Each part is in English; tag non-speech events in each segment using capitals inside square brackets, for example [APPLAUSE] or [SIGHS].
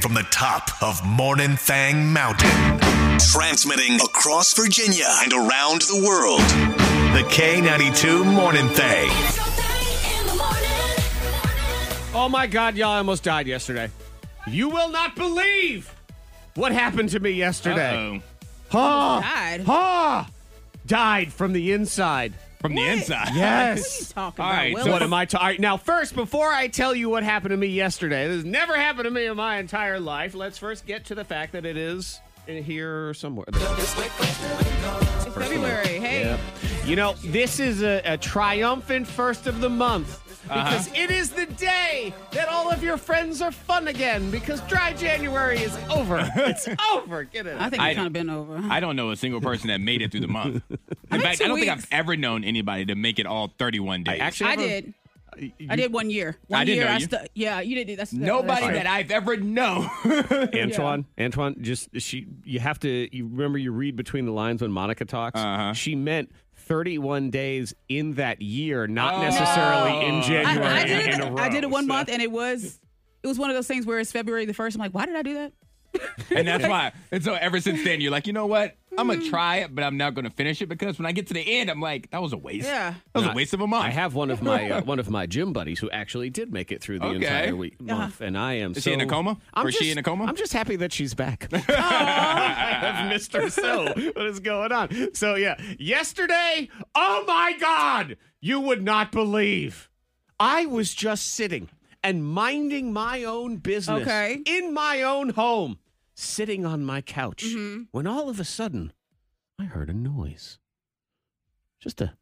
from the top of Morning Thang Mountain, transmitting across Virginia and around the world. The K92 Morning Thang. Oh my God, y'all! I almost died yesterday. You will not believe what happened to me yesterday. Uh-oh. Ha! died? Ha! Died from the inside. From the inside. Yes. talking All about? right, Will? so What am I talking? now, first, before I tell you what happened to me yesterday, this has never happened to me in my entire life. Let's first get to the fact that it is in here somewhere. It's February. Hey. You know, this is a, a triumphant first of the month because it is the day that all of your friends are fun again because dry January is [LAUGHS] over. it's over. Get it? I think I- it's kind of been over. I don't know a single person that made it through [LAUGHS] the month. In fact, two I don't think weeks. I've ever known anybody to make it all 31 days. actually I have a- did. I did one year. One I didn't year. know I you. stu- yeah, you did. That's nobody that's that I've ever known. Antoine, Antoine, just she. You have to. You remember you read between the lines when Monica talks. She meant. 31 days in that year, not necessarily in January. Oh. I, I did in it. a row, I did it one so- month, and it was it was one of those things where it's February the first. I'm like, why did I do that? [LAUGHS] and [LAUGHS] that's why. And so ever since then, you're like, you know what? I'm going Hmm. to try it, but I'm not going to finish it because when I get to the end, I'm like, that was a waste. Yeah. That was No, a waste of a month. I have one of [LAUGHS] my uh, one of my gym buddies who actually did make it through the Okay. entire week, month, and I am. Is she in so- a coma? I'm Or is she just- in a coma? I'm just happy that she's [LAUGHS] back. I've missed her so. What is going on? So yeah, yesterday. Oh my God! You would not believe. I was just sitting and minding my own business Okay. in my own home, sitting on my couch, when all of a sudden I heard a noise. Just a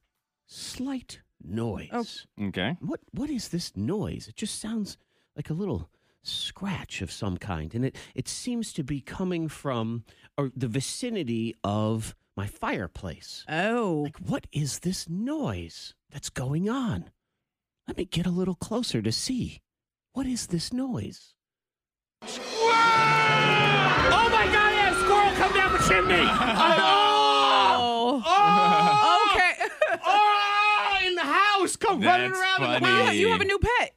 slight noise. Okay. What what is this noise? It just sounds like a little scratch of some kind, and it it seems to be coming from or the vicinity of my fireplace. Oh, Like, what is this noise that's going on? Let me get a little closer to see. What is this noise? Oh my God! I had a squirrel come down the [LAUGHS] chimney. Ah. oh, oh, okay. oh, in the house, come running That's around in [LAUGHS] the funny. you, have, you have a new pet,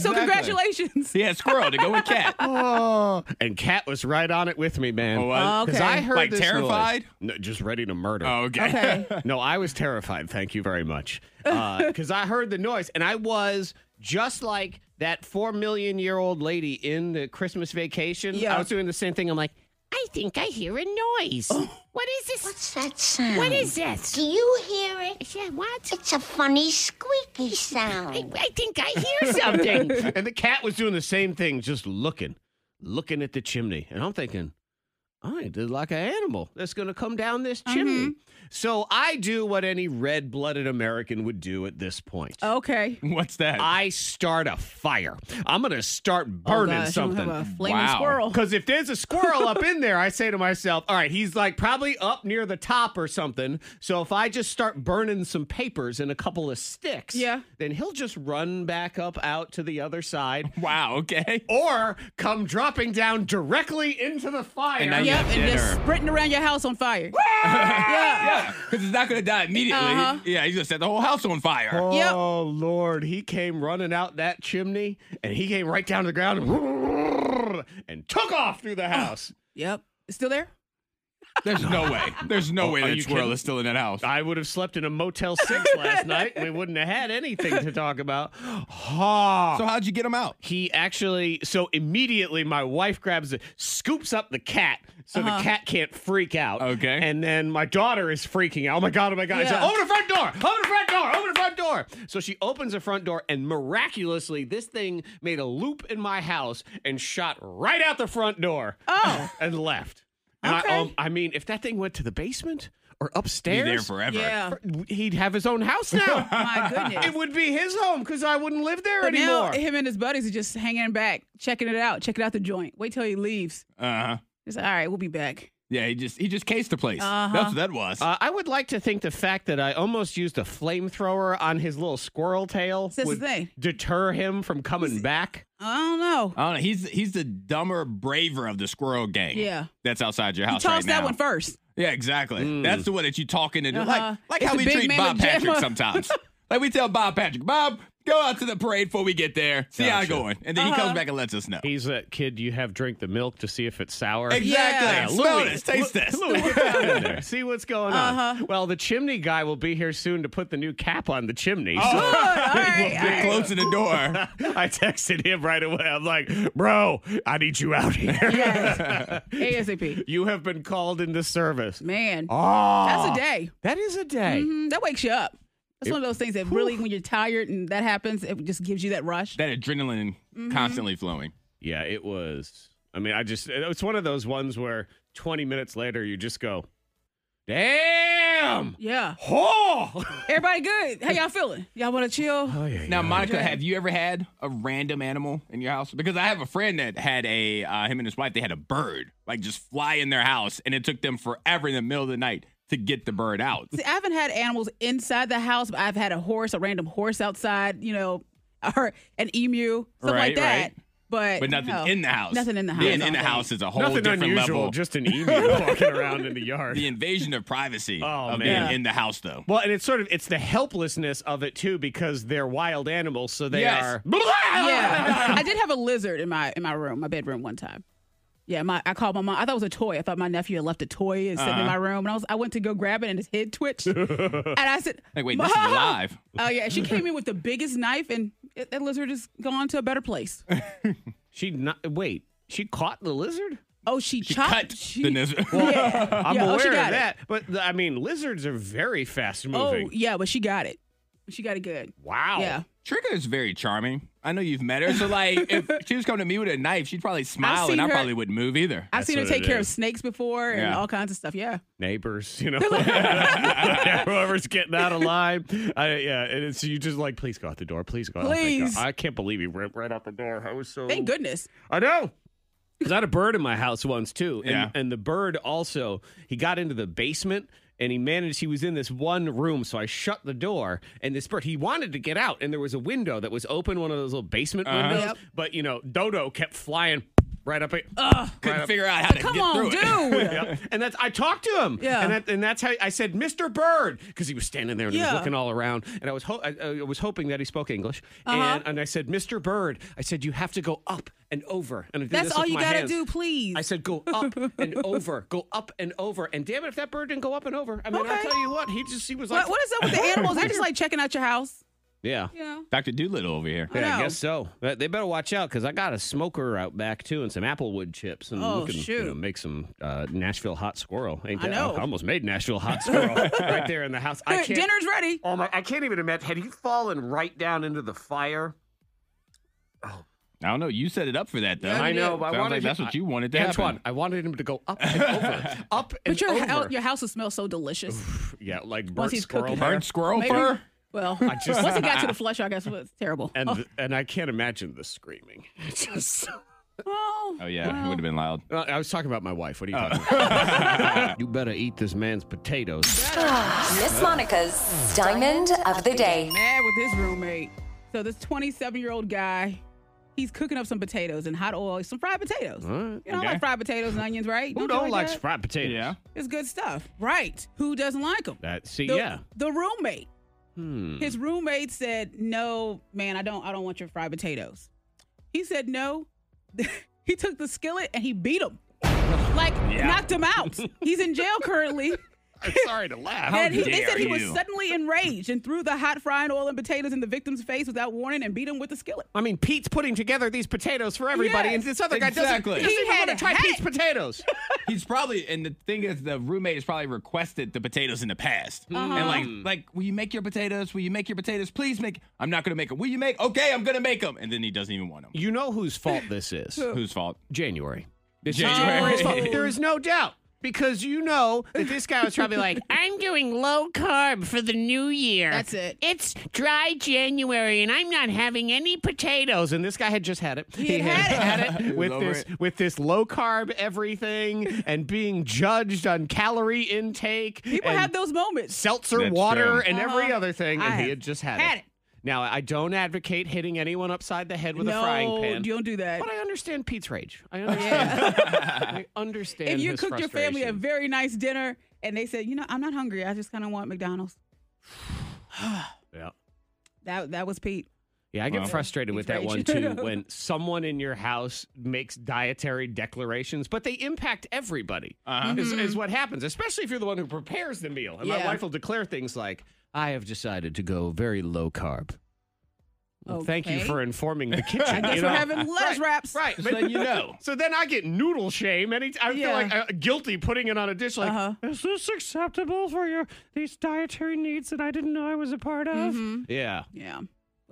so congratulations. Yeah, squirrel to go with [LAUGHS] cat. Oh, and Kat was right on it with me, man. Oh, was? Because Okay. I heard Like this terrified? noise. No, just ready to murder. Oh, okay. Okay. No, I was terrified. Thank you very much. Because I heard the noise, and I was just like that four million year old lady in the Christmas vacation. Yeah. I was doing the same thing. I'm like, I think I hear a noise. What is this? What's that sound? What is this? Do you hear it? Yeah, what? It's a funny squeaky I, sound. I think I hear something. and the cat was doing the same thing, just looking, looking at the chimney. And I'm thinking, I did like an animal that's going to come down this chimney. So I do what any red blooded American would do at this point. Okay. [LAUGHS] What's that? I start a fire. I'm going to start burning oh, gosh, you don't something. [LAUGHS] Have a flaming Wow. squirrel. Because if there's a squirrel up in there, I say to myself, all right, he's like probably up near the top or something. So if I just start burning some papers and a couple of sticks, Yeah. then he'll just run back up out to the other side wow, okay. or come dropping down directly into the fire. And now [LAUGHS] you- Yep, and just Dinner. sprinting around your house [LAUGHS] on fire. yeah. Yeah, because it's not going to die immediately. Uh-huh. Yeah, he's going to set the whole house on fire. Yep. Oh Lord, he came running out that chimney, and he came right down to the ground and, [LAUGHS] and took off through the house. Yep. Still there? There's no way. There's no Oh, way are that you squirrel kidding? is still in that house. I would have slept in a Motel 6 last night. We wouldn't have had anything to talk about. Ha! So how'd you get him out? he actually, so immediately my wife grabs it, scoops up the cat so the cat can't freak out. Okay. And then my daughter is freaking out. Oh my God, oh my God. I said, Yeah. open the front door, open the front door, open the front door. So she opens the front door, and miraculously, this thing made a loop in my house and shot right out the front door. Oh. [LAUGHS] And left. And Okay. I, um, I mean, if that thing went to the basement or upstairs, He's there forever. [LAUGHS] Yeah. he'd have his own house [LAUGHS] now. My goodness. it would be his home because I wouldn't live there But now anymore. him and his buddies are just hanging back, checking it out, checking out the joint. Wait till he leaves. Uh-huh. It's all right. We'll be back. Yeah, he just he just cased the place. Uh-huh. That's what that was. uh, I would like to think the fact that I almost used a flamethrower on his little squirrel tail That's the would thing. deter him from coming back. I don't know. I don't know. He's he's the dumber, braver of the squirrel gang. Yeah. That's outside your He house tossed right that now. [LAUGHS] one first. Yeah, exactly. That's the one that you talking into. Uh-huh. Like like It's how the we big treat man Bob with [LAUGHS] Patrick Gemma. sometimes. like we tell Bob Patrick, Bob, Go out to the parade before we get there. See how Gotcha. it going. And then Uh-huh. he comes back and lets us know. He's a kid. You have drink the milk to see if it's sour. Yeah, Exactly. Smell this. Taste Lu- this. Louis, get down in [LAUGHS] there. See what's going on. Uh-huh. Well, the chimney guy will be here soon to put the new cap on the chimney. Good, all right, all Get right. close to the door. So [LAUGHS] I texted him right away. I'm like, bro, I need you out here. Yes. [LAUGHS] ASAP. You have been called into service. Man, Oh, Ah. that's a day. That is a day. Mhm, That wakes you up. That's one of those things that really, when you're tired and that happens, it just gives you that rush. That adrenaline Mm-hmm. constantly flowing. Yeah, it was. I mean, I just, it's one of those ones where 20 minutes later, you just go, damn. Yeah. Oh, Everybody good? How y'all feeling? Y'all want to chill? oh yeah. Now, Monica, have you ever had a random animal in your house? Because I have a friend that had a uh, him and his wife. They had a bird like just fly in their house, and it took them forever in the middle of the night to get the bird out. See, I haven't had animals inside the house, but I've had a horse, a random horse outside, you know, [LAUGHS] or an emu, stuff Right, like that. right. But But nothing no. in the house. Nothing in the house. Being in the okay. house is a whole Nothing different unusual, level. just an [LAUGHS] emu walking around in the yard. the invasion of privacy [LAUGHS] Oh, of man. being in the house, though. Well, and it's sort of it's the helplessness of it too because they're wild animals, so they [LAUGHS] Yes. are. [LAUGHS] Yeah, I did have a lizard in my in my room, my bedroom one time. Yeah, my I called my mom. I thought it was a toy. I thought my nephew had left a toy and sitting in Uh-huh. my room, and I was I went to go grab it, and his [LAUGHS] head twitched, and I said, Like, wait, [LAUGHS] this is "Mom!" alive. Oh yeah, she came in with the biggest knife, and it- that lizard is gone to a better place. She not wait. She caught the [LAUGHS] lizard. Oh, she, She chopped. cut she, the lizard. [LAUGHS] Yeah, I'm yeah, aware oh, she of got it. that, but th- I mean, lizards are very fast moving. Oh yeah, but she got it. She got it good. Wow. Yeah, Trigger is very charming. I know you've met her. So, like, [LAUGHS] if she was coming to me with a knife, she'd probably smile, seen and I her- probably wouldn't move either. I've seen her what it take care of is. snakes before and Yeah. all kinds of stuff. Yeah, Neighbors, [LAUGHS] you know, [LAUGHS] whoever's getting out of line. I, yeah, and it's you just like, please go out the door, please go. out. Oh, thank Please. God. I can't believe he ripped right out the door. I was so thank goodness. I know. Because I had a bird in my house once too. And, Yeah. and the bird also, he got into the basement and he managed, he was in this one room. So I shut the door and this bird, he wanted to get out. And there was a window that was open, one of those little basement windows. Yep. But, you know, Dodo kept flying right up. Couldn't figure out how to Oh, Come get on, through it. [LAUGHS] dude. Yeah. And that's I talked to him. Yeah. And, that, and that's how I said, Mr. Bird, because he was standing there and he Yeah. was looking all around. And I was ho- I, I was hoping that he spoke English. Uh-huh. And, and I said, Mr. Bird, I said you have to go up and over. And I did That's this all with you my gotta hands. do, please. [LAUGHS] I said, go up and over, go up and over. And damn it, if that bird didn't go up and over, I mean, I'll Okay. tell you what, he just he was like, What, what is [LAUGHS] up with the animals? They just like checking out your house. Yeah. You know. Dr. Doolittle over here. Yeah, I know. guess so. But They better watch out because I got a smoker out back too, and some applewood chips, and Oh, we can you shoot. know, make some uh, Nashville hot squirrel. Ain't I that- know. I almost made Nashville [LAUGHS] hot squirrel right there in the house. I can't. Dinner's ready. Oh my! I can't even imagine. Had you fallen right down into the fire? I don't know. You set it up for that, though. Yeah, I you know. did. But I Sounds wanted like to- [LAUGHS] that's what you wanted to happen. Antoine, I wanted him to go [LAUGHS] up and over, up and But your, over. hou- your house will smell so delicious. yeah, like burnt Once he's squirrel. cooking. hair. Burnt squirrel Maybe- fur? Well, just- once it got [LAUGHS] to the flusher, I guess it was terrible. And and I can't imagine the screaming. [LAUGHS] It's just. oh, Oh, yeah. It well. would have been loud. Uh, I was talking about my wife. What are you Oh. talking about? [LAUGHS] you better eat this man's potatoes. Miss Monica's Diamond of the Day. mad with his roommate. So this 27 year old guy, he's cooking up some potatoes in hot oil, some fried potatoes. You know, I okay. like fried potatoes and onions, right? Who you don't like that? fried potatoes? Yeah. It's good stuff, right? Who doesn't like them? That see, the, yeah. the roommate. Hmm. His roommate said, "No, man, I don't. I don't want your fried potatoes." He said, "No." [LAUGHS] he took the skillet and he [SIGHS] beat him, like knocked [LAUGHS] him out. He's in jail currently. [LAUGHS] I'm sorry to laugh. and he, they dare said he was you. suddenly enraged and threw the hot frying oil and potatoes in the victim's face without warning and beat him with the skillet. I mean, Pete's putting together these potatoes for everybody, and Yes, this other exactly. guy doesn't, doesn't He even had want to try a hat. Pete's potatoes. He's probably, and the thing is, the roommate has probably requested the potatoes in the past, Mm. and like, like, will you make your potatoes? Will you make your potatoes? Please make. I'm not gonna make them. Will you make? Okay, I'm gonna make them. And then he doesn't even want them. you know whose fault this [LAUGHS] is? Whose fault? January. This is [LAUGHS] January. January's [LAUGHS] fault. There is no doubt. Because you know that this guy was probably like, [LAUGHS] I'm doing low carb for the new year. That's it. It's dry January and I'm not having any potatoes. And this guy had just had it. He, had had [LAUGHS] it. He was with over this it. with this low carb everything and being judged on calorie intake. People and have those moments. seltzer That's water true. and every Uh-huh. other thing, I and he have had just had, had it. it. Now I don't advocate hitting anyone upside the head with no, a frying pan. you don't do that. But I understand Pete's rage. I understand. I [LAUGHS] understand. If you his cooked your family a frustration. very nice dinner and they said, you know, I'm not hungry. I just kind of want McDonald's. yeah. That that was Pete. Yeah, I get Wow. frustrated with that one raging. too [LAUGHS] when someone in your house makes dietary declarations, but they impact everybody, Uh-huh. is, is what happens, especially if you're the one who prepares the meal. And my Mm-hmm. Yeah. wife will declare things like, I have decided to go very low carb. Well, Thank you Okay. for informing the [LAUGHS] kitchen. I guess Uh, you we're know? having les Right, wraps. Right. Just but- letting you know. [LAUGHS] So then I get noodle shame. Any, I feel Yeah. like uh, guilty putting it on a dish. Like, Uh-huh. is this acceptable for your these dietary needs that I didn't know I was a part of? Mm-hmm. Yeah, Yeah.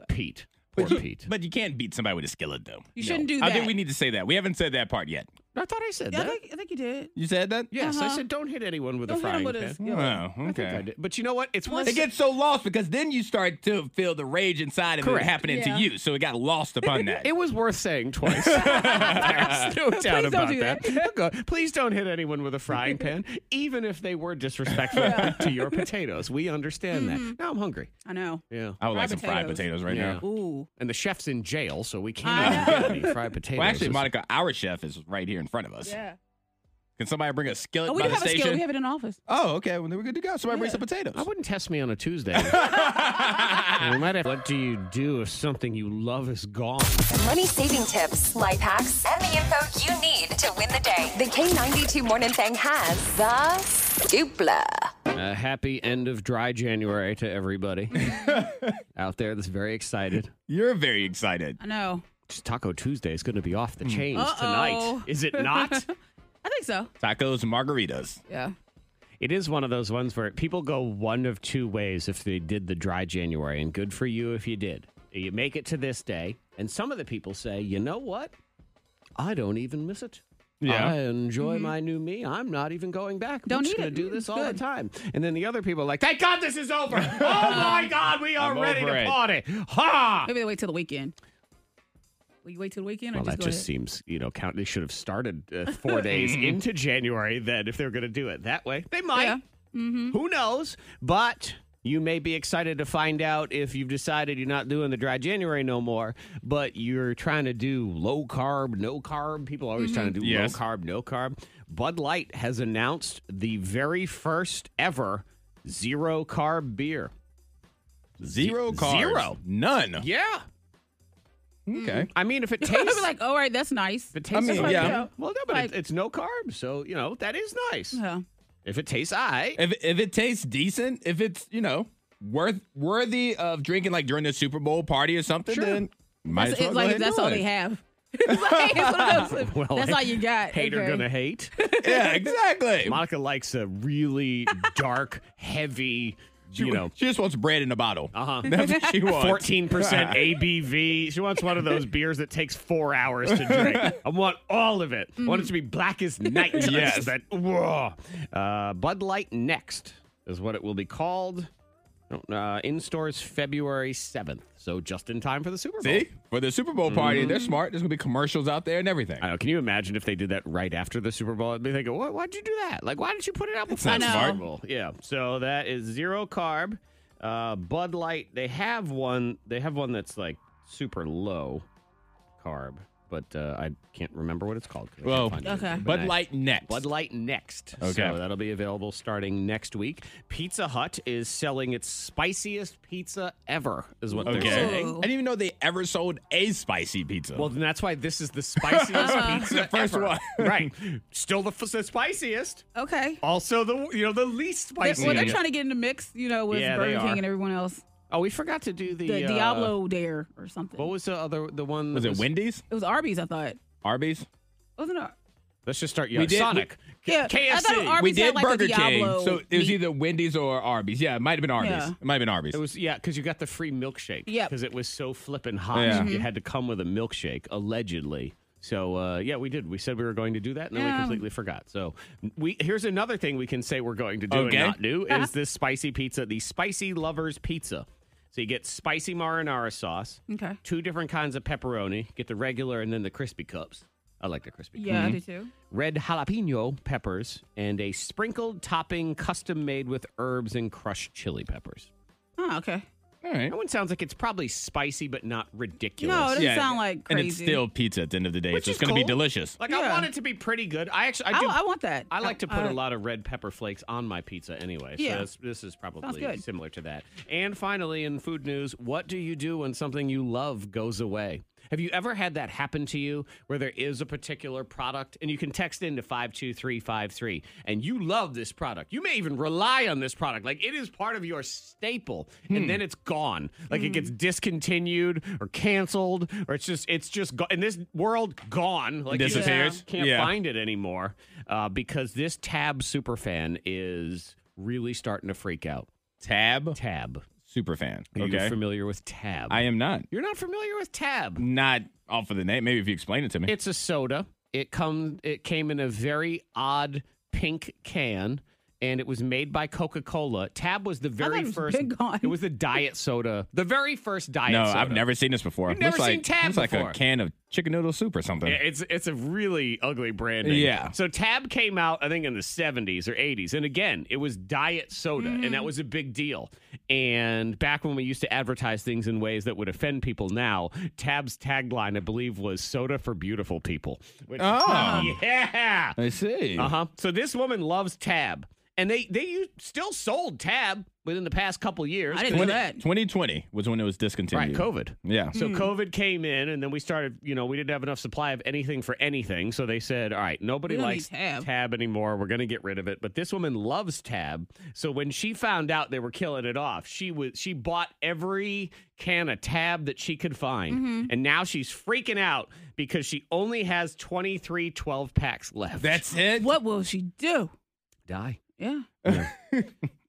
Pete. Poor But you, Pete. but you can't beat somebody with a skillet, though. You shouldn't do I think that. we need to say that. We haven't said that part yet. I thought I said Yeah, I that. think, I think you did. You said that? yes, I uh-huh. said don't hit anyone with a Don't hit frying him with pan. his- Oh, I think I okay. did. But you know what? It's worth It gets so lost because then you start to feel the rage inside of Correct. it happening Yeah. to you. So it got lost [LAUGHS] upon [LAUGHS] that. It was worth saying twice. There's no doubt don't about do that. that. Go- Please don't hit anyone with a frying [LAUGHS] pan, even if they were disrespectful to your potatoes. We understand Mm-hmm. that. Now I'm hungry. I know. Yeah. I would like some Fried fried potatoes potatoes. right Yeah. now. Ooh. And the chef's in jail, so we I can't get any fried potatoes. Well, actually, It's- Monica, our chef is right here in front of us. Yeah. Can somebody bring a skillet Oh, we by do the have a station? skill. We have it in office. Oh, okay. Well, then we're good to go. Somebody bring Yeah. some potatoes. I wouldn't test me on a [LAUGHS] Tuesday. we might have. What do you do if something you love is gone? Money saving tips, life hacks, and the info you need to win the day. The K92 Morning Thing has the scoopla. A happy end of dry January to [LAUGHS] everybody out there that's very excited. You're very excited. I know. Just Taco Tuesday is going to be off Hmm. the chains Uh-oh. tonight, is it [LAUGHS] not? I think so. Tacos, margaritas. Yeah. It is one of those ones where people go one of two ways if they did the dry January, and good for you if you did. You make it to this day, and some of the people say, you know what? I don't even miss it. Yeah. I enjoy my new me. I'm not even going back. I'm Mm-hmm. Don't just eat gonna it. do this all Good. the time. And then the other people are like, thank God this is [LAUGHS] over. oh my God, we are I'm ready over to it. party. Ha! Maybe they wait till the weekend. Will you wait till the weekend or Well, just that go just ahead? Mm-hmm. seems, you know, count. They should have started [LAUGHS] uh, four days into January. Then, if they're going to do it that way, they might. Yeah. Mm-hmm. Who knows? But you may be excited to find out if you've decided you're not doing the dry January no more, but you're trying to do low carb, no carb. People are always trying Mm-hmm. to do Yes. low carb, no carb. Bud Light has announced the very first ever zero carb beer. Zero carbs. Zero. None. Yeah. mm. Okay. I mean, if [LAUGHS] it I'd tastes be like, all right, that's nice. If it tastes I mean, like- yeah. Well, no, but Like- it's, it's no carbs, so you know that is nice. Yeah. If it tastes I, If, if it tastes decent, if it's, you know, worth worthy of drinking like during the Super Bowl party or something, Sure. then might That's, as well it's go ahead like if and do that's all it. [LAUGHS] they have. [LAUGHS] It's like, it's one of those- Well, that's all you got. [LAUGHS] hater Okay. gonna hate. [LAUGHS] Yeah, exactly. Monica likes a really dark, heavy, you know, she just wants bread in a bottle. uh huh. [LAUGHS] That's what [LAUGHS] she wants. Fourteen [LAUGHS] percent ABV. She wants one of [LAUGHS] those beers that takes four hours to [LAUGHS] drink. I want all of it. I want it to be black as night. It's Yes. That whoa. Uh, Bud Light next is what it will be called. Uh, in stores February seventh, so just in time for the Super Bowl. See? For the Super Bowl party, they're smart. There's going to be commercials out there and everything. Mm-hmm. I know. Can you imagine if they did that right after the Super Bowl? I'd be thinking, what, why'd you do that? Like, why didn't you put it out before not the smart. Super Bowl? Yeah. So that is zero carb. Uh, Bud Light. They have one. They have one that's like super low carb, but uh, I can't remember what it's called. 'cause I can't Well, find it. Okay. But Bud I- Light next. Bud Light next. Okay. So that'll be available starting next week. Pizza Hut is selling its spiciest pizza ever, is what Okay. they're saying. I didn't even know they ever sold a spicy pizza. Well, then that's why this [LAUGHS] is the spiciest pizza Uh-huh. The first ever. one. right. Still the, f- the spiciest. Okay. Also the you know the least They, spicy. well, they're trying to get in the mix, you know, with Yeah, they Burger are. King and everyone else. oh, we forgot to do the, The uh, Diablo Dare or something. What was the other the one? was that it Wendy's? it was Arby's, I thought. Arby's? Wasn't it? Let's just start. Yeah, We did- Sonic. K- Yeah, I KFC. thought it was Arby's. we Arby's had, did like, the Burger King. Diablo So it was meat. either Wendy's or Arby's. Yeah, it might have been Arby's. Yeah. It might have been Arby's. It was yeah, because you got the free milkshake. Yep. Mm-hmm. because it was so flippin' hot, Yeah. you had to come with a milkshake allegedly. So uh, yeah, we did. We said we were going to do that, and then we Yeah. completely forgot. So we here's another thing we can say we're going to do Okay. and not do Uh-huh. is this spicy pizza, the spicy lovers pizza. So you get spicy marinara sauce, Okay. two different kinds of pepperoni, get the regular and then the crispy cups. I like the crispy. Yeah, I did too. Red jalapeno peppers and a sprinkled topping custom made with herbs and crushed chili peppers. Oh, okay. All right. That one sounds like it's probably spicy, but not ridiculous. No, it doesn't sound like crazy. And it's still pizza at the end of the day, Which so is it's going to be cool. delicious. Like I Yeah. want it to be pretty good. I actually I I, do. I want that. I like to put Uh, a lot of red pepper flakes on my pizza anyway. Yeah. So this, this is probably good. similar to that. And finally, in food news, what do you do when something you love goes away? Have you ever had that happen to you where there is a particular product and you can text into 52353 and you love this product? You may even rely on this product. Like it is part of your staple Hmm. and then it's gone. Like it gets discontinued or canceled or it's just, it's just, go- in this world, gone. Like you just Disappears. Can't Yeah. find find it anymore uh, because this Tab superfan is really starting to freak out. Tab Tab. super fan. Are you Okay. familiar with Tab? I am not. You're not familiar with Tab. Not off of the name. Maybe if you explain it to me. It's a soda. It comes. It came in a very odd pink can, and it was made by Coca Cola. Tab was the very it was first. Big Gone. It was the diet soda. The very first diet. no, soda. I've never seen this before. You've never looks seen like, Tab looks like before. a can of chicken noodle soup or something. Yeah, It's it's a really ugly brand name. Um, Yeah. So Tab came out, I think, in the 70s or 80s. And again, it was diet soda, and that was a big deal. And back when we used to advertise things in ways that would offend people now, Tab's tagline, I believe, was soda for beautiful people. Which- [LAUGHS] Oh. yeah. I see. Uh huh. So this woman loves Tab. And they they u- still sold Tab within the past couple years. I didn't know 'cause- that. 2020 was when it was Right, discontinued. COVID. Yeah. Hmm. So COVID came in, and then we started. You know, we didn't have enough supply of anything for anything. So they said, "All right, nobody We don't likes need Tab." tab. anymore. We're going to get rid of it." But this woman loves Tab. So when she found out they were killing it off, she was she bought every can of Tab that she could find, Mm-hmm. and now she's freaking out because she only has 23 12 packs left. That's it. What will she do? die. Yeah.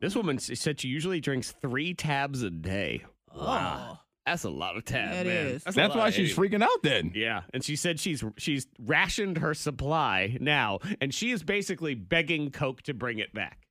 This woman s- said she usually drinks three tabs a day. Wow, that's a lot of tabs. That man. is. a That's lot why of she's anyway. freaking out then. Yeah, and she said she's she's rationed her supply now, and she is basically begging Coke to bring it back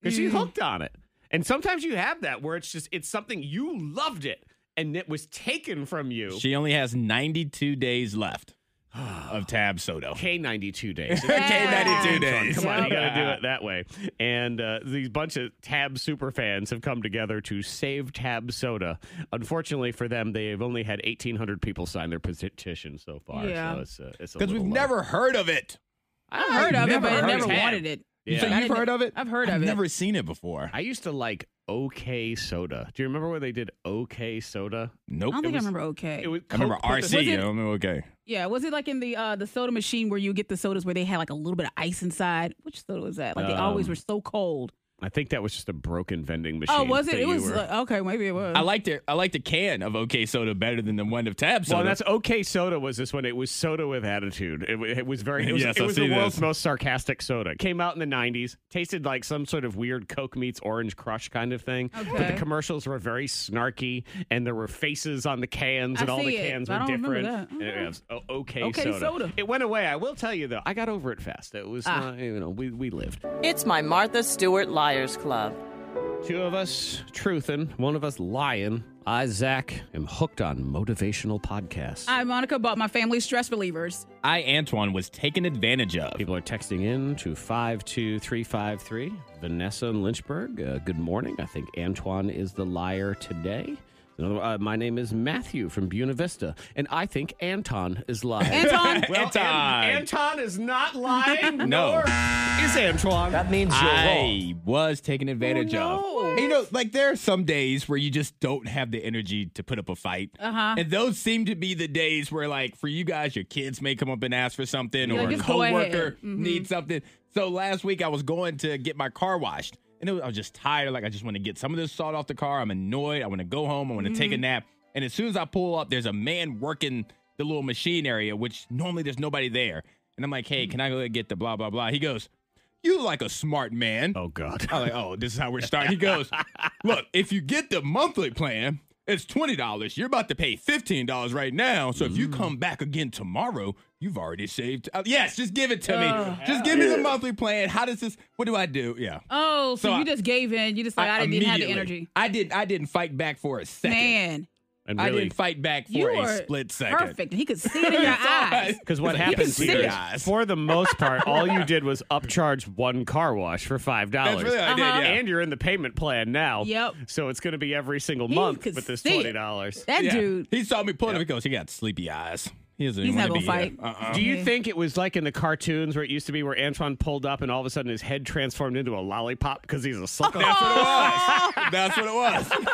because Mm. she's hooked on it. And sometimes you have that where it's just it's something you loved it and it was taken from you. She only has 92 [SIGHS] days left of Tab soda. [LAUGHS] K ninety two days. K92 days. Come on, you gotta do it that way. And uh, these bunch of Tab super fans have come together to save Tab Soda. Unfortunately for them, they have only had eighteen hundred people sign their petition so far. Yeah. So it's uh, it's a Because we've little low. never heard of it. I heard of it, never but I heard never of Tab. wanted it. Yeah. So I you've didn't- heard of it? I've heard I've of it. never seen it before. I used to like OK Soda. Do you remember when they did OK Soda? I nope. don't it think was- I remember. Okay. It was I remember Coke put RC. the- Was it- I'm [LAUGHS] okay. yeah. Was it like in the uh, the soda machine where you get the sodas where they had like a little bit of ice inside? Which soda was that? Like they always Um, were so cold. I think that was just a broken vending machine. Oh, was that it? It you was were- like, okay. Maybe it was. I liked it. I liked the can of OK Soda better than the one of Tab Soda. well, that's OK Soda was this one. It was soda with attitude. It, wa- it was [LAUGHS] very. It was, Yes, it I was see the world's this. most sarcastic soda. Came out in the '90s. Tasted like some sort of weird Coke meets Orange Crush kind of thing. But the Okay. commercials were very snarky, and there were faces on the cans, I and all the see it, cans but were I don't remember different. that. And it was o- OK, OK soda. Soda. Ah. It went away. I will tell you though, I got over it fast. It was not. You know, we we lived. It's my Martha Stewart Liars Club. Two of us truthin', one of us lying. I, Zach, am hooked on motivational podcasts. I, Monica, bought my family stress relievers. I Antoine was taken advantage of. People are texting in to 52353. Vanessa in Lynchburg, uh, good morning. I think Antoine is the liar today. Another, uh, my name is Matthew from Buena Vista, and I think Anton is lying. [LAUGHS] Anton. Anton. Anton is not lying. No. nor Is Antoine. That means I was taken advantage Oh, no. of. And You know, like there are some days where you just don't have the energy to put up a fight. Uh-huh. And those seem to be the days where, like, for you guys, your kids may come up and ask for something You're or like, a "Just go ahead." Mm-hmm. coworker needs something. So last week I was going to get my car washed and it was, I was just tired. Like, I just want to get some of this salt off the car. I'm annoyed. I want to go home. I want to take Mm-hmm. a nap. And as soon as I pull up, there's a man working the little machine area, which normally there's nobody there. And I'm like, Mm. hey, can I go get the blah, blah, blah? He goes, you like a smart man. Oh, God. I'm like, oh, this is how we're [LAUGHS] starting. He goes, look, if you get the monthly plan, it's twenty dollars. You're about to pay fifteen dollars right now. So Mm. if you come back again tomorrow, you've already saved. Uh, yes, just give it to me. Just give me the monthly plan. How does this? What do I do? Yeah. Oh, so, So you I- just gave in. You just like I, didn't even have the immediately- energy. I didn't. I didn't fight back for a second. Man, And I really, didn't fight back for you a were split second. perfect. He could see it [LAUGHS] in your [LAUGHS] eyes. because what It's like, you happens can see here it. is, for the most part, all [LAUGHS] you did was upcharge one car wash for five dollars. That's really what I did, Uh-huh. yeah. And you're in the payment plan now. Yep. So it's going to be every single He month could with this see twenty it. dollars. That Yeah. dude. He saw me pull it up. He goes, he got sleepy eyes. He doesn't He's want not to be gonna Mm-hmm. here." Uh-uh. Do you think it was like in the cartoons where it used to be where Antoine pulled up and all of a sudden his head transformed into a lollipop because he's a sucker? That's [LAUGHS] what it was. That's what it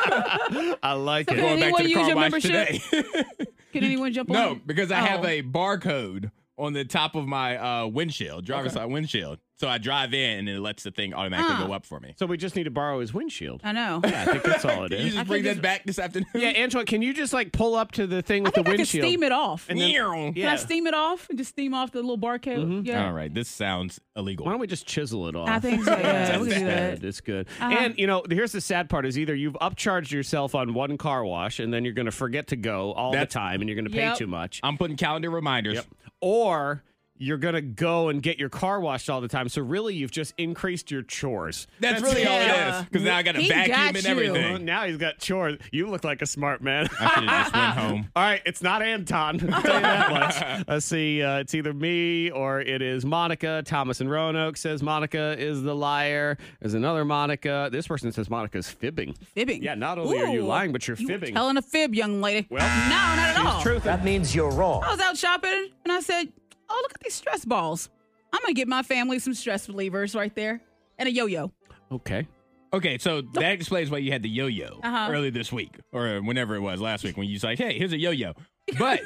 was. [LAUGHS] I like it. So good. Going back Anyone to the use car your wash membership? today. [LAUGHS] Can anyone jump on? no, him? because I have Oh. a barcode on the top of my uh, windshield, driver's side windshield. So I drive in and it lets the thing automatically Ah. go up for me. So we just need to borrow his windshield. I know. I think that's all it Can you [LAUGHS] is. just I bring think that back this afternoon? Yeah, Antoine, can you just like pull up to the thing I with think the I can windshield? steam it off. And then- [LAUGHS] Meow. Can I yeah. Mm-hmm. steam it off and just steam off the little barcade? Yeah. All right, this sounds illegal. Why don't we just chisel it off? I think so. Yeah, we That's can do that. good. It's good. Uh-huh. And you know, here's the sad part: is either you've upcharged yourself on one car wash, and then you're going to forget to go all That's- the time, and you're going to pay Yep. too much, I'm putting calendar reminders. Yep. or you're going to go and get your car washed all the time. So really, you've just increased your chores. That's, really all Yeah. it is. Because now I got a uh, He vacuum got and you. Well, everything. now he's got chores. You look like a smart man. I should have just went home. All right, it's not Anton. I'll tell you that much. Let's see. Uh, it's either me or it is Monica. Thomas in Roanoke says Monica is the liar. There's another Monica. This person says Monica's fibbing. Fibbing. Yeah, not only are you Ooh. lying, but you're You were fibbing. Telling a fib, young lady. Well, no, not at all. That means you're wrong. I was out shopping and I said, "Oh, look at these stress balls. I'm gonna get my family some stress relievers right there and a yo-yo." Okay. Okay, so that explains why you had the yo-yo Uh-huh. earlier this week or whenever it was last week when you was like, "Hey, here's a yo-yo." [LAUGHS] But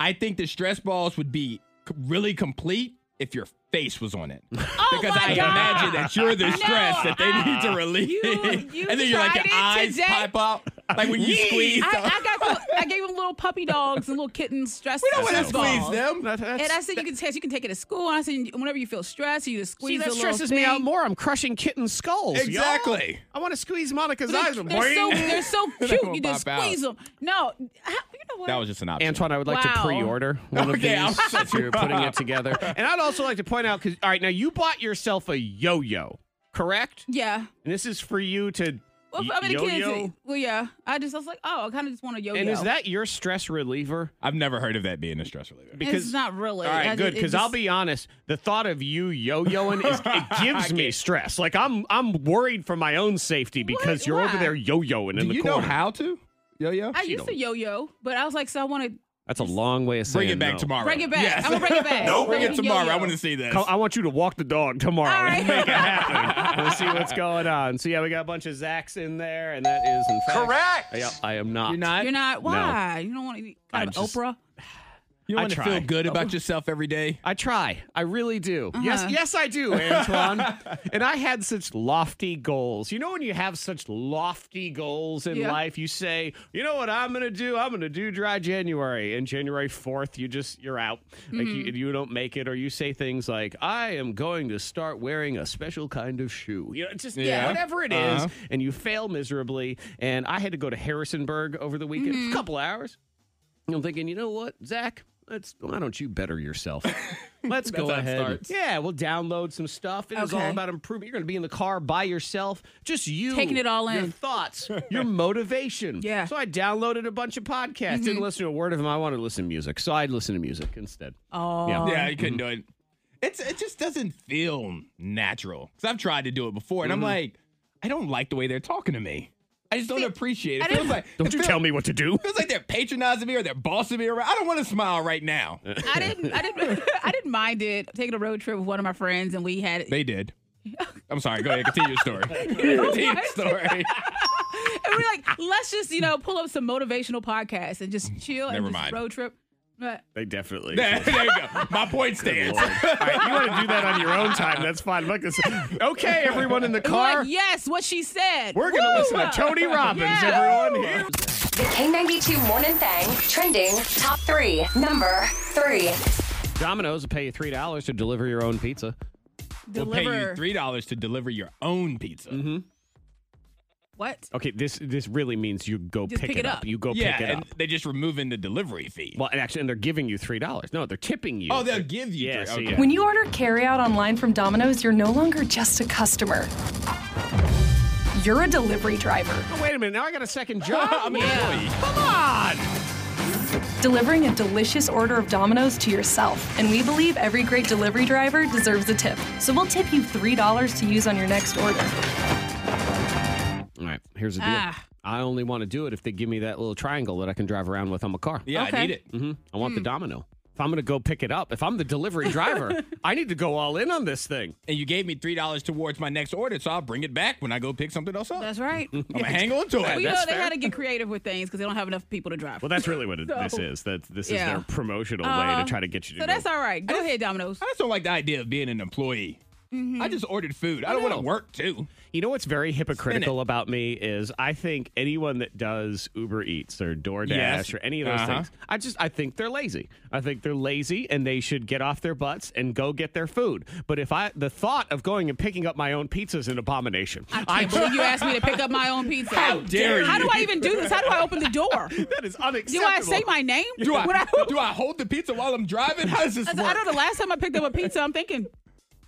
I think the stress balls would be c- really complete if your face was on it, Oh because my I God. imagine that you're the No, stress that they I- need to relieve, you- you [LAUGHS] and then you're like tried your it eyes today? pop out like when you Yee. squeeze. [LAUGHS] I, them. I got the, I gave them little puppy dogs and little kittens stress. we don't want to stress squeeze balls. them. And I said you can test, you can take it to school. And I said whenever you feel stressed, you just See, squeeze. that the little stresses thing. me out more. I'm crushing kitten skulls. y'all. Exactly. I want to squeeze Monica's eyes. They're, they're so Boing. [LAUGHS] [LAUGHS] they're so will cute. You just pop out. squeeze them. No, how- you know what? That was just an option. Antoine, I would like to Wow. pre-order one of Okay, I'll these shut if you're you putting up. it together. And I'd also like to point out because all right, now you bought yourself a yo-yo, correct? yeah. And this is for you to Well, y- I mean, the kids. yo-yo. Well, yeah. I just I was like, oh, I kind of just want a yo-yo. And is that your stress reliever? I've never heard of that being a stress reliever. Because it's not really. all right, I- good. it Because I'll just- be honest, the thought of you yo-yoing is [LAUGHS] it gives me stress. Like I'm I'm worried for my own safety because you're over Why? there yo-yoing in Do the you know corner. how to yo-yo? I She used don't. to yo-yo, but I was like, so I want to That's a long way of saying bring it back no. tomorrow. bring it back. Yes. I'm gonna bring [LAUGHS] it back. No, No, bring it tomorrow. I want to see this. Co- I want you to walk the dog tomorrow. [LAUGHS] [LAUGHS] All right. Make it happen. Let's see what's going on. So yeah, we got a bunch of Zachs in there, and that is in fact Correct. Yeah, I am not. You're not. No. Why? You don't want to be I kind of just- Oprah. You I want to try. feel good about yourself every day. I try. I really do. Yes, Uh-huh. yes, I do, [LAUGHS] Antoine. and I had such lofty goals. You know, when you have such lofty goals in Yeah. life, you say, "You know what I'm going to do? I'm going to do dry January." And January fourth, you just you're out. Like you, Mm-hmm. you don't make it, or you say things like, "I am going to start wearing a special kind of shoe." You know, it's just Yeah. whatever it is, Uh-huh. and you fail miserably. And I had to go to Harrisonburg over the weekend, Mm-hmm. a couple hours. And I'm thinking, you know what, Zach? Let's why don't you better [LAUGHS] yourself? Let's go how it ahead. starts. Yeah, we'll download some stuff. It is all Okay. about improvement. You're going to be in the car by yourself, just you Taking it all Your in. [LAUGHS] thoughts, your motivation. Yeah. Mm-hmm. So I downloaded a bunch of podcasts. Didn't listen to a word of them. I wanted to listen to music, so I'd listen to music instead. Oh, Yeah. Yeah, you couldn't do it. It's it just doesn't feel natural because I've tried to do it before, and I'm like, I don't like the way they're talking to me. I just don't appreciate it. I it feels didn't- like, Don't it you feels- tell me what to do. Feels like they're patronizing me or they're bossing me around. I don't want to smile right now. I didn't. I didn't. [LAUGHS] I didn't mind it. Taking a road trip with one of my friends, and we had. They did. I'm sorry. Go ahead. Continue your [LAUGHS] story. continue your story. [LAUGHS] And [LAUGHS] we're like, let's just you know pull up some motivational podcasts and just chill Never and just mind. road trip. But [LAUGHS] They definitely. there, there you go. My point stands. you want to do that on your own time? That's fine. Look, this. [LAUGHS] Okay, everyone in the we were car. like, yes, what she said. We're going to listen to Tony Robbins, Yeah. everyone. Here. The K92 Morning Thang trending top three. Number three. Domino's will pay you $3 to deliver your own pizza. We'll Deliver pay you three dollars to deliver your own pizza. what? Okay, this this really means you go Just pick, it up. You go Yeah, pick it and up. they just removing the delivery fee. Well, and actually, and they're giving you three dollars. No, they're tipping you. Oh, they'll give you. Yeah, three. so okay. yeah. When you order carryout online from Domino's, you're no longer just a customer. You're a delivery driver. [LAUGHS] Oh, wait a minute. Now I got a second job. I'm an employee. Come on. God! Delivering a delicious order of Domino's to yourself. And we believe every great delivery driver deserves a tip. So we'll tip you $3 to use on your next order. All right, here's the deal. Ah. I only want to do it if they give me that little triangle that I can drive around with on my car. Yeah, Okay. I need it. hmm I want the domino. If I'm going to go pick it up, if I'm the delivery [LAUGHS] driver, I need to go all in on this thing. And you gave me three dollars towards my next order, so I'll bring it back when I go pick something else up. That's right. I'm gonna hang on to it. we know that's they fair. had to get creative with things because they don't have enough people to drive. Well, that's really what it, [LAUGHS] So- this is. That this is Yeah. Uh-huh. their promotional way to try to get you to Uh, so go. that's all right. Go ahead, Domino's. I just don't like the idea of being an employee. Mm-hmm. I just ordered food. I don't want to work too. You know what's very hypocritical about me is I think anyone that does Uber Eats or DoorDash Yes. or any of those Uh-huh. things, I just I think they're lazy. I think they're lazy and they should get off their butts and go get their food. But if I the thought of going and picking up my own pizza is an abomination. I can't believe you asked me to pick up my own pizza. How dare How you. do I even do this? How do I open the door? [LAUGHS] that is unacceptable. Do I say my name? [LAUGHS] Do I, Would I- do I hold the pizza while I'm driving? How does this I work? said, I know the last time I picked up a pizza, I'm thinking,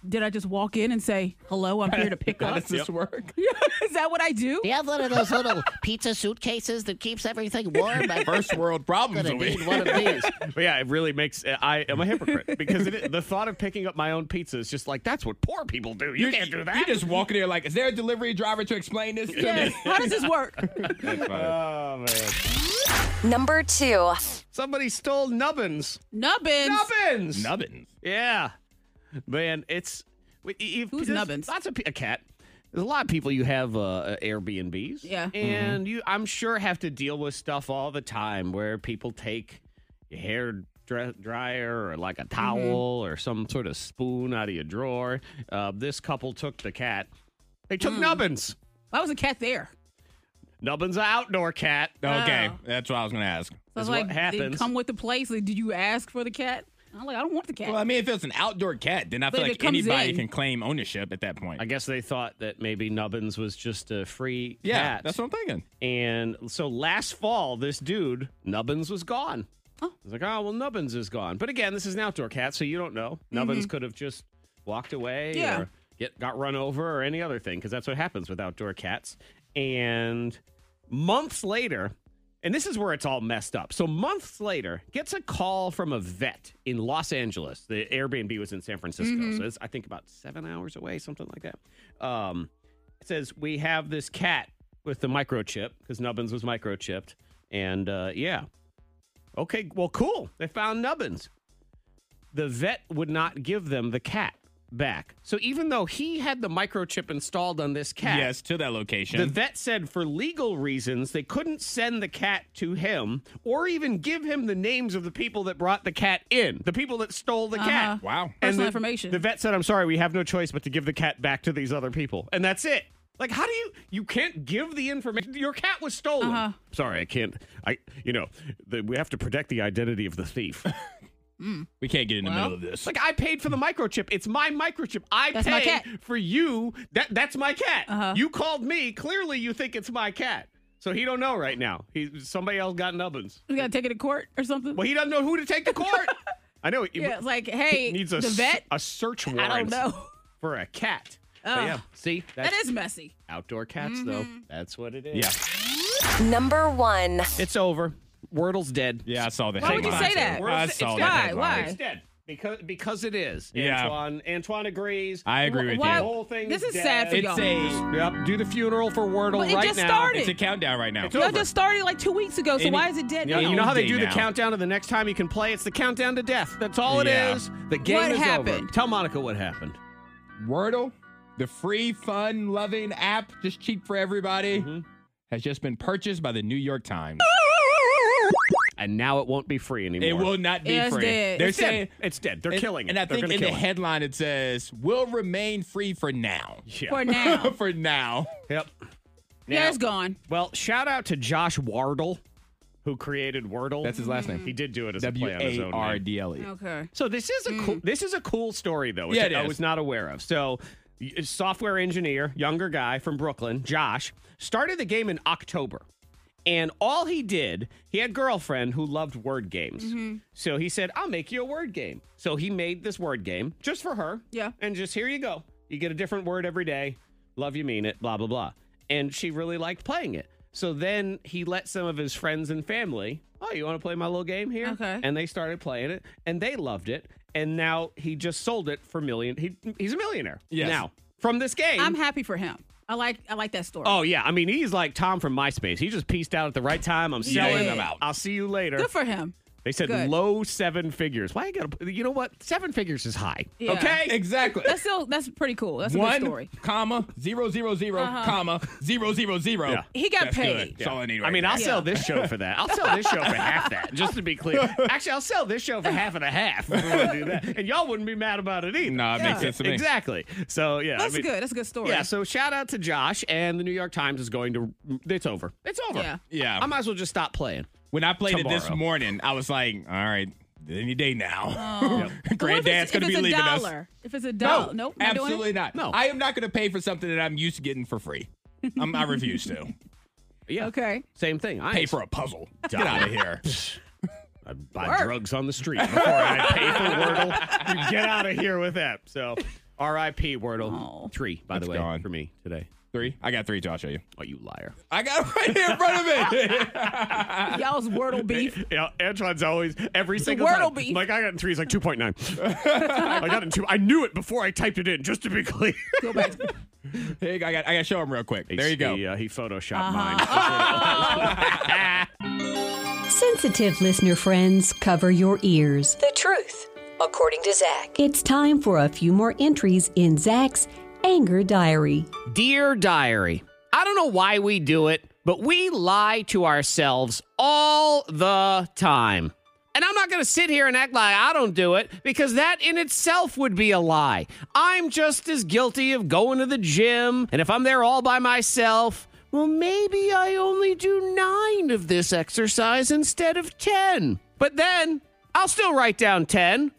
did I just walk in and say, hello, I'm here to pick How up? does this work? [LAUGHS] Is that what I do? Do you [LAUGHS] have one of those little [LAUGHS] pizza suitcases that keeps everything warm? I'm First world problems gonna over need here. one of these. [LAUGHS] But yeah, it really makes I am a hypocrite because it, the thought of picking up my own pizza is just like that's what poor people do. You, can't do that. You just walking there like, is there a delivery driver to explain this to Yes. me? [LAUGHS] How does this work? That's funny. Oh man! Number two. Somebody stole nubbins. Nubbins. Nubbins. Nubbins. Yeah, man, it's we- you- you've- Who's there's nubbins? Lots of pe- a cat. There's a lot of people you have uh, Airbnbs. Yeah. Mm-hmm. and you, I'm sure, have to deal with stuff all the time where people take your hair dre- dryer or like a Mm-hmm. towel or some sort of spoon out of your drawer. Uh, this couple took the cat. They Hmm. took Nubbins. Why was a cat there? Nubbins, an outdoor cat. Okay, Oh. that's what I was gonna ask. So That's it's what like, did happens. it come with the place? Like, did you ask for the cat? I'm like, I don't want the cat. Well, I mean, if it's an outdoor cat, then I But feel if like it comes anybody in- can claim ownership at that point. I guess they thought that maybe Nubbins was just a free yeah, cat. that's what I'm thinking. And so last fall, this dude, Nubbins, was gone. Oh. I was like, oh, well, Nubbins is gone. But again, this is an outdoor cat, so you don't know. Nubbins could have just walked away Mm-hmm. Yeah. or get, got run over or any other thing, because that's what happens with outdoor cats. And months later, and this is where it's all messed up. So months later, gets a call from a vet in Los Angeles. The Airbnb was in San Francisco, Mm-hmm. so it's I think about seven hours away, something like that. Um, it says we have this cat with the microchip because Nubbins was microchipped, and uh, yeah, okay, well, cool. They found Nubbins. The vet would not give them the cat back. So even though he had the microchip installed on this cat, Yes, to that location. the vet said for legal reasons, they couldn't send the cat to him or even give him the names of the people that brought the cat in, the people that stole the cat. wow. Uh-huh. Personal the, information. The vet said, I'm sorry, we have no choice but to give the cat back to these other people. And that's it. Like, how do you, you can't give the information? Your cat was stolen. Uh-huh. Sorry, I can't, I, you know, the, we have to protect the identity of the thief. [LAUGHS] we can't get in the middle of this. Like I paid for the microchip. It's my microchip. I That's my paid cat. Uh-huh. for you. That that's my cat. You called me. Clearly, you think it's my cat. So he don't know right now. He somebody else got nubbins. we got to take it to court or something? Well, he doesn't know who to [LAUGHS] take to court. I know. He, yeah, it's like, he hey, needs a the s- vet? a search warrant. I don't know. [LAUGHS] for a cat. But Ugh. yeah, see, that's That is Mm-hmm. messy. outdoor cats though. That's what it is. yeah, Number one. it's over. Wordle's dead. yeah, I saw the Why would you headline, say too. that? I It's saw dead. that Why? headline. Why? It's dead because because it is. Yeah. Antoine Antoine agrees. I agree with Why- The you. whole thing This is is sad for dead. y'all. It's a Yep, do the funeral for Wordle But it right just now. started. it's a countdown right now. It's Y'all over. just started like two weeks ago, so Any- why is it dead Yeah, now? you know how they do the Now. countdown to the next time you can play? It's the countdown to death. That's all it is. Yeah. The game What is over. happened? Tell Monica what happened. Wordle, the free, fun, loving app, just cheap for everybody, Mm-hmm. has just been purchased by the New York [LAUGHS] Times. And now it won't be free anymore. It will not be It's free. dead. They're It's dead. saying it's dead. They're and- killing it. And I They're think gonna in the kill it. headline it says will remain free for now. [LAUGHS] [LAUGHS] Yeah. For now. for now. Yep. yeah, Now- it's gone. Well, shout out to Josh Wardle, who created Wordle. That's his last name. He did do it as W a play on his A own. R name. D L E. Okay. So this is a cool, this is a cool story though, which Mm. Yeah, it I is. was not aware of. So, y- software engineer, younger guy from Brooklyn, Josh, started the game in October. And all he did, he had a girlfriend who loved word games. Mm-hmm. So he said, "I'll make you a word game." So he made this word game just for her. Yeah. And just here you go. You get a different word every day. Love you mean it, blah blah blah. And she really liked playing it. So then he let some of his friends and family, oh, you want to play my little game here? Okay. And they started playing it and they loved it. And now he just sold it for million. He, he's a millionaire. Yes. Now, from this game. I'm happy for him. I like I like that story. Oh yeah, I mean he's like Tom from MySpace. He just pieced out at the right time. I'm selling Yeah. them out. I'll see you later. good for him. they said good. low seven figures. Why you gotta? You know what? Seven figures is high. Yeah. Okay. Exactly. That's still that's pretty cool. That's a One good story. Uh-huh. comma zero zero zero, comma zero zero zero. Yeah. He got That's paid. good. That's all I need. Right I mean, there. I'll sell this show for that. I'll sell this show for half that, just to be [LAUGHS] clear. Actually, I'll sell this show for half and a half. If we wanna do that. And y'all wouldn't be mad about it either. Nah, it makes sense to me. Exactly. So, yeah. I That's mean- good. That's a good story. Yeah, so shout out to Josh, and the New York Times is going to. It's over. It's over. Yeah. Yeah. I might as well just stop playing. When I played it this Tomorrow. morning, I was like, all right, any day now. [LAUGHS] But what Oh. if Granddad's it's- going to if be it's a leaving us. dollar? If it's a dollar, nope, not doing it. absolutely not. No. I am not going to pay for something that I'm used to getting for free. I'm, I refuse to [LAUGHS] Yeah. Okay. Same thing. I pay ain't for a puzzle. Get out of here. I buy Work. drugs on the street [LAUGHS] before I pay for Wordle. You get out of here with that. So, R.I.P. Wordle. Aw. Three, by the It's way, gone. for me today. Three. I got three. [LAUGHS] Josh, show you. Oh, you liar. I got it right here in front of me. [LAUGHS] [LAUGHS] Y'all's wordle beef. Yeah, Antoine's always every single Wordle time. beef. Like I got in three, he's like two point nine. I got in two. I knew it before I typed it in, just to be clear. Go back. Here you go. I got. I got to show him real quick. There you go. He, uh, he photoshopped Uh-huh. Oh, mine. Sensitive listener friends, cover your ears. The truth, according to Zach. It's time for a few more entries in Zach's Anger Diary. Dear diary, I don't know why we do it, but we lie to ourselves all the time. And I'm not going to sit here and act like I don't do it because that in itself would be a lie. I'm just as guilty of going to the gym, and if I'm there all by myself, well, maybe I only do nine of this exercise instead of 10. But then I'll still write down 10.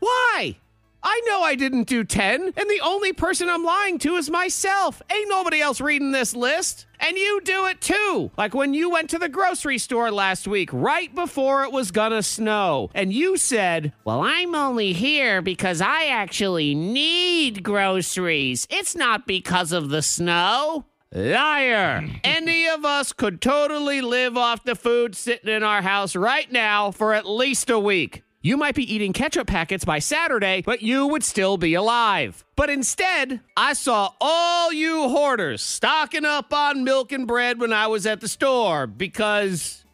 Why? I know I didn't do 10, and the only person I'm lying to is myself. Ain't nobody else reading this list. And you do it too. Like when you went to the grocery store last week, right before it was gonna snow, and you said, Well, I'm only here because I actually need groceries. It's not because of the snow. Liar! Any of us could totally live off the food sitting in our house right now for at least a week. You might be eating ketchup packets by Saturday, but you would still be alive. But instead, I saw all you hoarders stocking up on milk and bread when I was at the store because,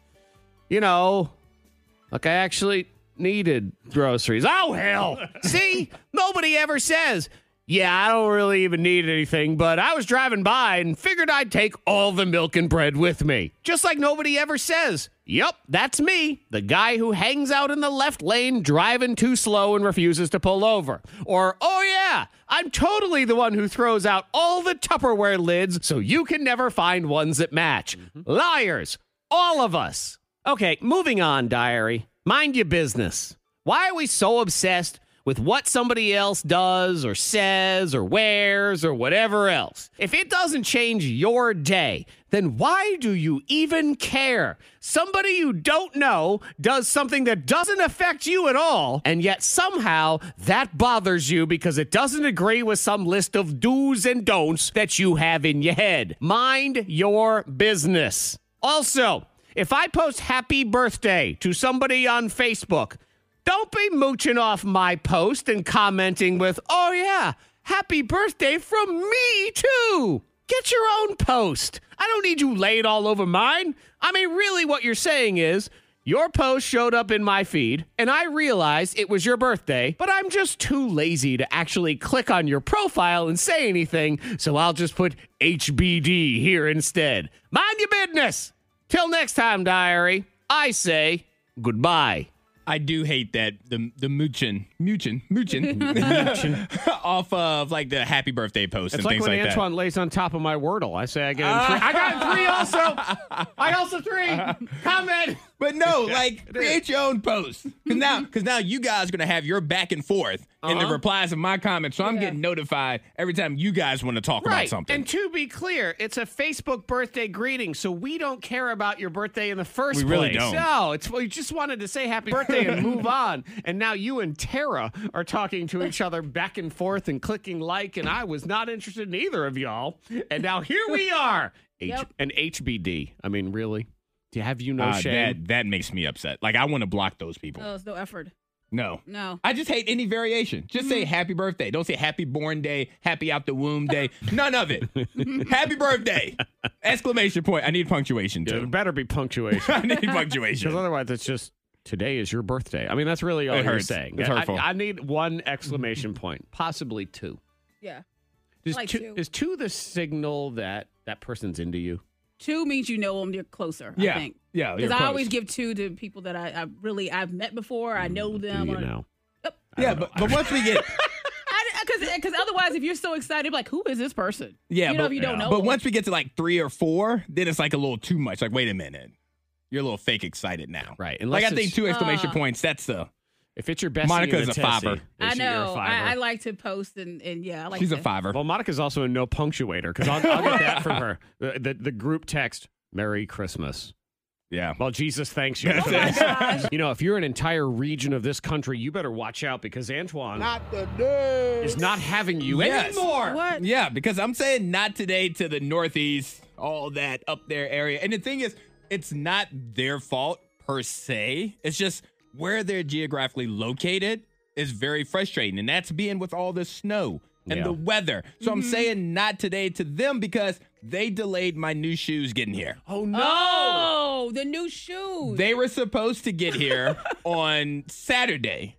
you know, like I actually needed groceries. Oh hell. See? Nobody ever says, "Yeah, I don't really even need anything, but I was driving by and figured I'd take all the milk and bread with me." Just like nobody ever says, "Yep, that's me, the guy who hangs out in the left lane driving too slow and refuses to pull over." Or, "Oh yeah, I'm totally the one who throws out all the Tupperware lids so you can never find ones that match." Liars, all of us. Okay, moving on, diary. Mind your business. Why are we so obsessed with what somebody else does or says or wears or whatever else? If it doesn't change your day, then why do you even care? Somebody you don't know does something that doesn't affect you at all, and yet somehow that bothers you because it doesn't agree with some list of do's and don'ts that you have in your head. Mind your business. Also, if I post happy birthday to somebody on Facebook, don't be mooching off my post and commenting with, oh yeah, happy birthday from me too. Get your own post. I don't need you laid all over mine. I mean, really, what you're saying is, your post showed up in my feed, and I realized it was your birthday, but I'm just too lazy to actually click on your profile and say anything, so I'll just put HBD here instead. Mind your business! Till next time, diary, I say goodbye. I do hate that the the moochin moochin [LAUGHS] moochin [LAUGHS] off of like the happy birthday posts and things like that. lays on top of my Wordle. I say I get [LAUGHS] him three. I got him three also. I also [LAUGHS] three. Comment. [LAUGHS] But no, like create your own post. Cause now, cause now you guys are gonna have your back and forth in Uh-huh. the replies of my comments. So I'm getting notified every time you guys want to talk about Right. something. And to be clear, it's a Facebook birthday greeting, so we don't care about your birthday in the first We place. really don't. No, it's we just wanted to say happy birthday [LAUGHS] and move on. And now you and Tara are talking to each other back [LAUGHS] and forth and clicking like, and I was not interested in either of y'all. And now here we are H- Yep. An HBD. I mean, really? Do you have you no Uh, shame? that that makes me upset. Like I want to block those people. Oh, it's no effort. no. No. I just hate any variation. Just Mm. say happy birthday. Don't say happy born day, happy out the [LAUGHS] womb day. None of it. happy birthday! Exclamation point. I need punctuation There too. better be [LAUGHS] [LAUGHS] punctuation. I need Because punctuation. otherwise, it's just today is your birthday. I mean, that's really all It you're hurts. saying. It's I- hurtful. I, need one exclamation point, possibly two. Yeah. Is, Like two, two. is two the signal that that person's into you? Two means you know them, you're closer, Yeah. I think. Yeah, you're Because I close. Mm, always give two to people that I, I really I've met before. I know them. Do you or- know? Yeah, but, but once we get Because because otherwise, if you're so excited, like who is this person? yeah, you know, but, if you don't know. but them. once we get to like three or four, then it's like a little too much. Like wait a minute, you're a little fake excited now. Right, unless Like I think it's- two exclamation points. That's the If it's your best, Monica's a fiver. I know I, I like to post and, and yeah, I like she's to, a fiver. Well, Monica's also a no punctuator because I'll, I'll get that from her. The, the, the group text, Merry Christmas. Yeah. Well, Jesus thanks you. That's for it. this. Oh You know, if you're an entire region of this country, you better watch out because Antoine is not having you Yes. anymore. What? Yeah, because I'm saying not today to the Northeast, all that up there area. And the thing is, it's not their fault per se. It's just where they're geographically located is very frustrating. And that's being with all the snow and Yeah. the weather. So I'm saying not today to them because they delayed my new shoes getting here. Oh no! Oh, the new shoes. They were supposed to get [LAUGHS] here on Saturday,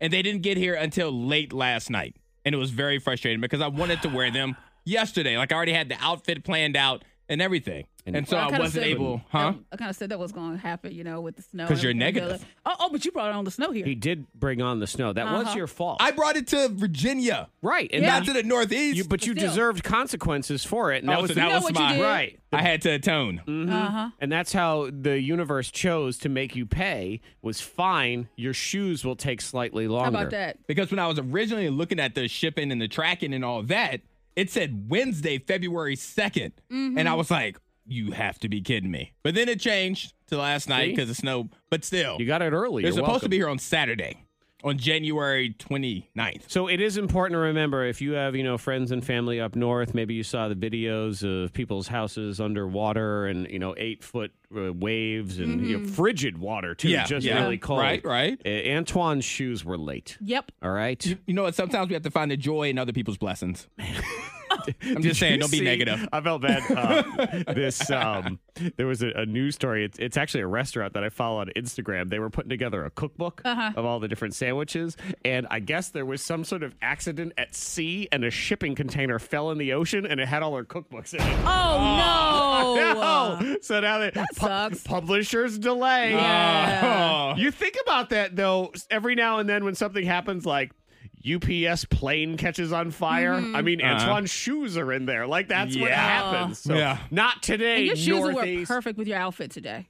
and they didn't get here until late last night. And it was very frustrating because I wanted to wear [SIGHS] them yesterday. Like I already had the outfit planned out and everything. And- And, so Well, I I um, kinda wasn't said- able, huh? I, kind of said that was going to happen, you know, with the snow. 'Cause and you're everything. negative. Oh, oh, but you brought on the snow here. He did bring on the snow. That was Uh-huh. your fault, I brought it to Virginia, right? And Yeah. not to the Northeast. you, but you Still. deserved consequences for it, and Oh, that so was that You know was what you my did? right. I had to atone. Uh-huh. And that's how the universe chose to make you pay was fine. Your shoes will take slightly How longer. about that? Because when I was originally looking at the shipping and the tracking and all that, it said Wednesday, February 2nd. Mm-hmm. And I was like, you have to be kidding me. But then it changed to last night See? because of snow. But still, You got it early. they're You're supposed to welcome. be here on Saturday, on January 29th. So it is important to remember if you have, you know, friends and family up north, maybe you saw the videos of people's houses underwater and, you know, eight foot uh, waves and you know, Mm-hmm. frigid water, too, Yeah, just yeah. really cold. Right, right. Uh, Antoine's shoes were late. Yep. All right. You know what? Sometimes we have to find the joy in other people's blessings. [LAUGHS] I'm [LAUGHS] Did just saying, you don't be see- negative. I felt bad. Uh, this um, there was a, a news story. It's, it's actually a restaurant that I follow on Instagram. They were putting together a cookbook Uh-huh. of all the different sandwiches, and I guess there was some sort of accident at sea, and a shipping container fell in the ocean, and it had all their cookbooks in it. Oh, no. [LAUGHS] uh, No! So now they, that sucks. publishers delay. [LAUGHS] Oh. Yeah. You think about that though. Every now and then, when something happens, like UPS plane catches on fire. Mm-hmm. I mean, Uh-huh. Antoine's shoes are in there. Like that's what Yeah. happens. So Yeah. not And today. your shoes would work Northeast. perfect with your outfit today.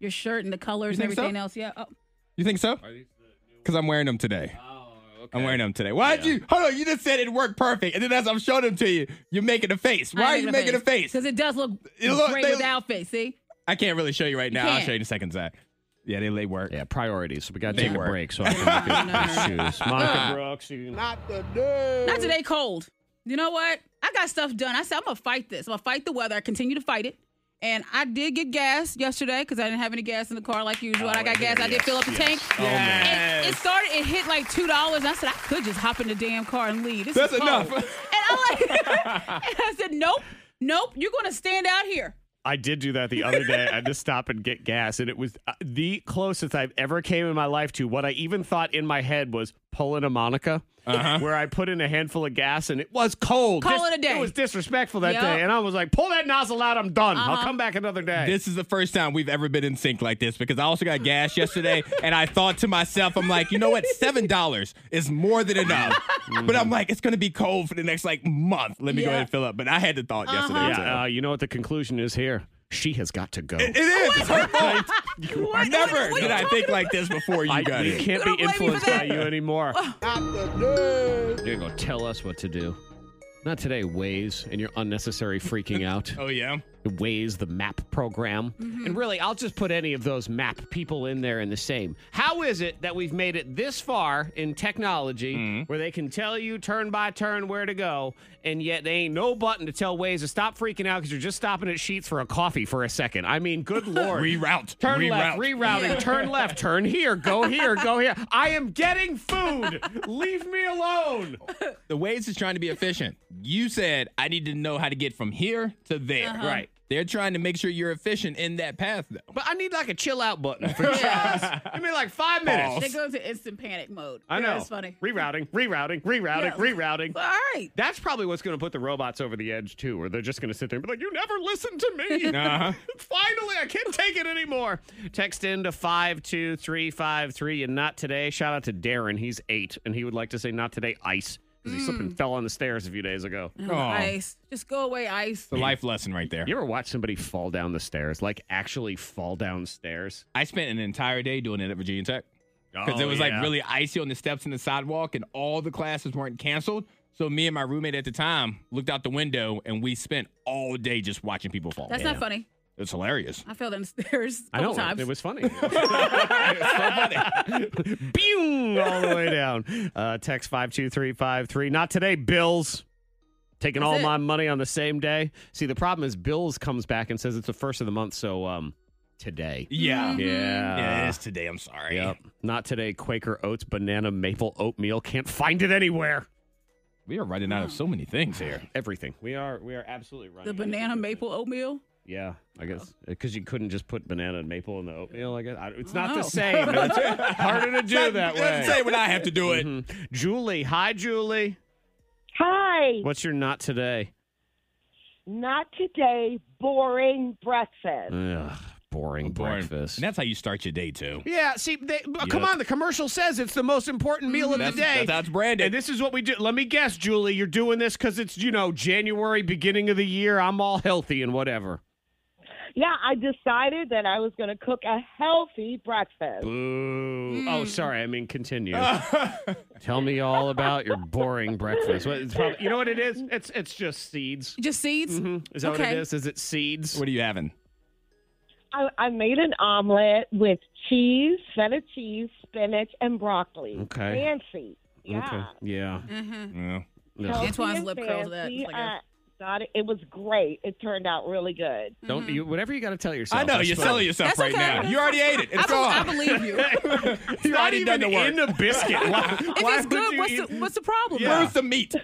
Your shirt and the colors You and think so? everything else. Yeah. Oh, You think so? Because I'm wearing them today. I'm wearing them today. Why'd you? Hold on. You just said it worked perfect. And then as I'm showing them to you, you're making a face. Why are you making a face? Because it does look It look- great they- with the outfit. See, I can't really show you right now. I'll can't. show you in a second, Zach. Yeah, they lay work. Yeah, priorities. So we got to They take work. a break so [LAUGHS] I can look at these shoes. Monica Brooks, you can- not today. Cold. You know what? I got stuff done. I said I'm gonna fight this. I'm gonna fight the weather. I continue to fight it. And I did get gas yesterday because I didn't have any gas in the car like usual. and Oh, I got gas. I did fill up the tank. man. It, it started. It hit like two dollars. I said I could just hop in the damn car and leave. This That's is cold." enough. And I like. [LAUGHS] and I said nope, nope. You're gonna stand out here. I did do that the other day. I had to stop and get gas, and it was uh, the closest I've ever came in my life to what I even thought in my head was pulling a Monica, Uh-huh. where I put in a handful of gas, and it was cold. Call it a day. It was disrespectful that Yep. Uh-huh. day, and I was like, "Pull that nozzle out. I'm done. I'll come back another day." This is the first time we've ever been in sync like this because I also got gas yesterday and I thought to myself, I'm like, you know what? Seven dollars is more than enough. Mm-hmm. but I'm like, it's gonna be cold for the next like month. Let me go Yeah. ahead and fill up. But I had the thought yesterday. too. yeah, uh, you know what the conclusion is here. She has got to go. it is. It's her fault. What- Never what- did I think like this before you I, got we here. can't Don't be blame me for influenced by that. you [LAUGHS] anymore. You're going to tell us what to do. Not today, Waze, and your unnecessary freaking out. Oh yeah. Waze, the map program. Mm-hmm. And really, I'll just put any of those map people in there in the same. How is it that we've made it this far in technology Mm-hmm. where they can tell you turn by turn where to go, and yet they ain't no button to tell Waze to stop freaking out because you're just stopping at Sheets for a coffee for a second? I mean, [LAUGHS] good lord. Reroute. Turn Reroute. left, rerouting, [LAUGHS] turn left, turn here, go here, go here. I am getting food. Leave me alone. The Waze is trying to be efficient. You said I need to know how to get from here to there. Uh-huh. Right. They're trying to make sure you're efficient in that path, though. But I need like a chill out button [LAUGHS] for just give me like five minutes. Pause. They go into instant panic mode. I know. That's funny. Rerouting, rerouting, rerouting, Yeah. rerouting. All right. That's probably what's going to put the robots over the edge too, or they're just going to sit there and be like, "You never listen to [LAUGHS] me." Uh-huh. [LAUGHS] Finally, I can't take it anymore. Text in to five two three five three and not today. Shout out to Darren. He's eight, and he would like to say not today ice because he Mm. slipped and fell on the stairs a few days ago. Oh, Aw. Ice. Just go away, ice. The life lesson right there. You ever watch somebody fall down the stairs, like actually fall downstairs? I spent an entire day doing it at Virginia Tech because Oh, it was yeah. like really icy on the steps and the sidewalk, and all the classes weren't canceled. So me and my roommate at the time looked out the window, and we spent all day just watching people fall. That's not funny. It's hilarious. I fell down the stairs a I know couple times. it was [LAUGHS] funny. [LAUGHS] Bing all the way down. Uh, text five two three five three. Not today, Bills. Taking all it. my money on the same day. See, the problem is Bills comes back and says it's the first of the month, so um, today. Yeah. Mm-hmm. Yeah, it Yeah. is today. I'm sorry. Yep. Not today. Quaker oats, banana, maple oatmeal. Can't find it anywhere. We are running out of so many things here. Everything. We are. We are absolutely running. the banana maple oatmeal. Yeah, I guess because you couldn't just put banana and maple in the oatmeal. I guess I, it's not Oh. the same. It's harder to do that way. Say when I have to do it. Mhm. Julie, hi, Julie. Hi. What's your not today? Not today. Boring breakfast. Ugh, boring, breakfast. And that's how you start your day too. yeah, see, they, oh, come Yep. on. The commercial says it's the most important meal of That's, the day. that's how it's branded. and this is what we do. Let me guess, Julie, you're doing this because it's, you know, January, beginning of the year. I'm all healthy and whatever. Yeah, I decided that I was going to cook a healthy breakfast. Boo. Oh, sorry. I mean, continue. Ah. Tell me all about your boring breakfast. What, it's probably, you know what it is? It's it's just seeds. Just seeds. Mhm. Is that what Okay. it is? Is it seeds? what are you having? I, I made an omelet with cheese, feta cheese, spinach, and broccoli. Okay. Fancy. Yeah. Okay. Yeah. Yeah. No. Healthy Antoine's and lip curls that. fancy. It's like "Oh." a- I uh, got it. It was great. It turned out really good. Don't you whatever you got to tell yourself. I know you're suppose. selling yourself That's right okay. now. You already ate it. It's I, be- I gone. [LAUGHS] believe you. [LAUGHS] you Not already even done the work. [LAUGHS] in a biscuit. Why, If why it's would good, you what's eat- the, what's the problem? Yeah. Where's the [LAUGHS] meat?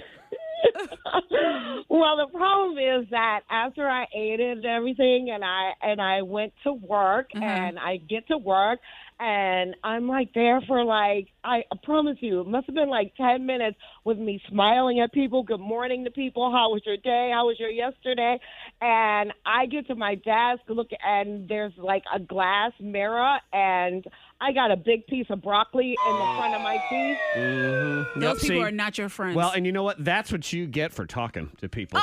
well, the problem is that after I ate it and everything, and I and I went to work, Uh-huh. and I get to work, and I'm like there for like I promise you, it must have been like ten minutes with me smiling at people, good morning to people, how was your day, how was your yesterday, and I get to my desk, look, and there's like a glass mirror, and I got a big piece of broccoli in the front of my teeth. Mhm. Yep, Those people see? are not your friends. Well, and you know what? That's what you get for talking to people.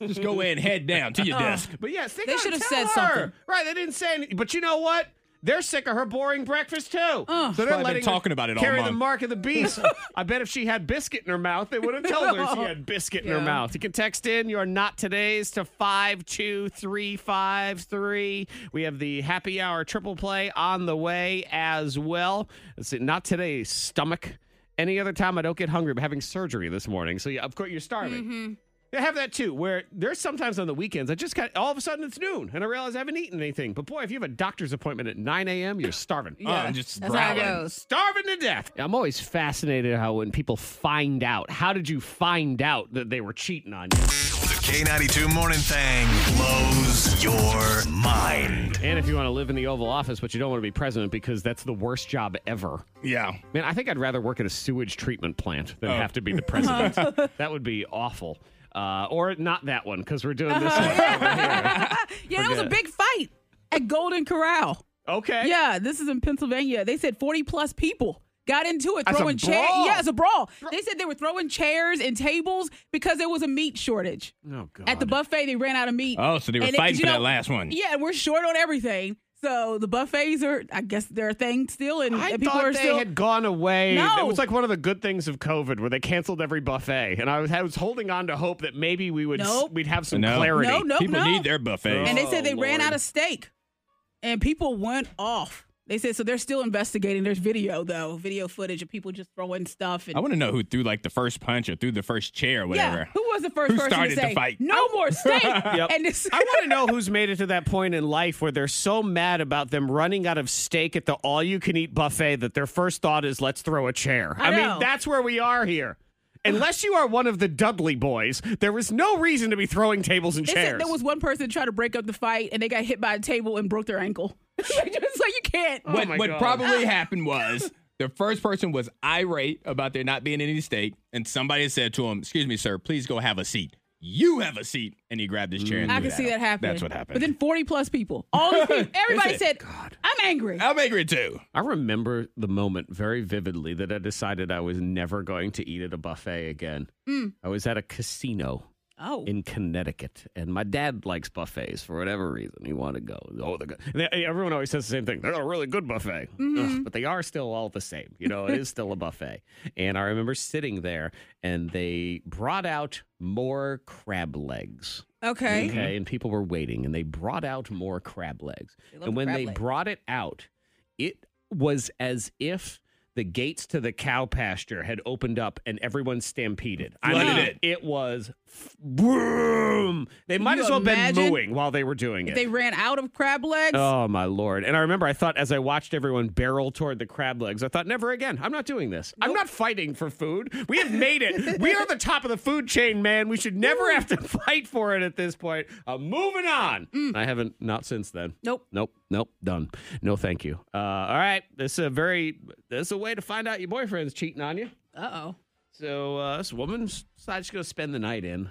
Just go in, head down to your desk. But yes, they, They gotta should have tell said her. something. Right, they didn't say anything. But you know what? They're sick of her boring breakfast too. so Probably they're been letting her talking about it all carry the month. mark of the [LAUGHS] beast. I bet if she had biscuit in her mouth, they would have told her she had biscuit in her Yeah. mouth. You can text in your not today's to five two three five three. We have the happy hour triple play on the way as well. Let's see, not today's stomach. Any other time I don't get hungry. I'm having surgery this morning, so yeah, of course you're starving. They have that too, where there's sometimes on the weekends I just got all of a sudden it's noon and I realize I haven't eaten anything. But boy, if you have a doctor's appointment at 9 a.m., you're starving. yeah, I'm Uh, just that's how it growling. goes. Starving to death. I'm always fascinated how when people find out, how did you find out that they were cheating on you? The K92 Morning Thing blows your mind. And if you want to live in the Oval Office, but you don't want to be president because that's the worst job ever. Yeah. Man, I think I'd rather work at a sewage treatment plant Oh. than have to be the [LAUGHS] president. that would be awful. Uh, or not that one because we're doing [LAUGHS] this one. Yeah, that was a Forget big fight at Golden Corral. Okay. Yeah, this is in Pennsylvania. They said 40 plus people got into it That's a throwing chairs. brawl. Yeah, it's a brawl. They said they were throwing chairs and tables because there was a meat shortage. Oh, God. At the buffet, they ran out of meat. Oh, so they were And it- fighting you for know- that last one. Yeah, and we're short on everything. So the buffets are, I guess, they're a thing still, and, I and people thought are they still. had gone away. That No. was like one of the good things of COVID, where they canceled every buffet, and I was, I was holding on to hope that maybe we would s- Nope. we'd have some No. clarity. No, no, People no. need their buffets. and they said they Oh, ran Lord. out of steak, and people went off. They said so. They're still investigating. There's video though, video footage of people just throwing stuff. And I want to know who threw like the first punch or threw the first chair or Yeah, whatever. who was the first Who person started to the say fight? Oh. no [LAUGHS] more steak? Yep. And this, [LAUGHS] I want [LAUGHS] to know who's made it to that point in life where they're so mad about them running out of steak at the all-you-can-eat buffet that their first thought is, "Let's throw a chair." I mean, know. that's where we are here. Unless you are one of the Dudley boys, there was no reason to be throwing tables and They chairs. said there was one person trying to break up the fight, and they got hit by a table and broke their ankle. [LAUGHS] It's like you can't. what Oh my what God. [LAUGHS] probably happened was the first person was irate about there not being any steak, and somebody said to him, "Excuse me, sir, please go have a seat. You have a seat." And he grabbed his chair. And I threw can it see at that him. happening. That's what But happened. then forty plus people, all [LAUGHS] these people, everybody They Oh. said, "I'm angry." I'm angry too. I remember the moment very vividly that I decided I was never going to eat at a buffet again. Mm. I was at a casino Oh, in Connecticut, and my dad likes buffets for whatever reason. He wanted to go. Oh, they're good. And they- everyone always says the same thing. They're a really good buffet, Ugh, but they are still all the same. You know, it is still a buffet. And I remember sitting there, and they brought out more crab legs. okay. Okay, and people were waiting, and they brought out more crab legs. They love And the when crab they legs. brought it out, it was as if the gates to the cow pasture had opened up and everyone stampeded. I mean, Flooded it, was f- boom. They might you as well have been imagine mooing while they were doing it. They ran out of crab [LAUGHS] legs. Oh my lord! And I remember I thought as I watched everyone barrel toward the crab legs, I thought, "Never again! I'm not doing this. I'm not fighting for food. We have made it. we are the top of the food chain, man. We should never have to [LAUGHS] fight for it at this point. I'm moving on. I haven't not since then. Nope. Nope. Nope. Done. No, thank you. Uh, all right. This is a very. This is a way to find out your boyfriend's cheating on you. Uh oh. So uh, this woman decides she's going to spend the night in,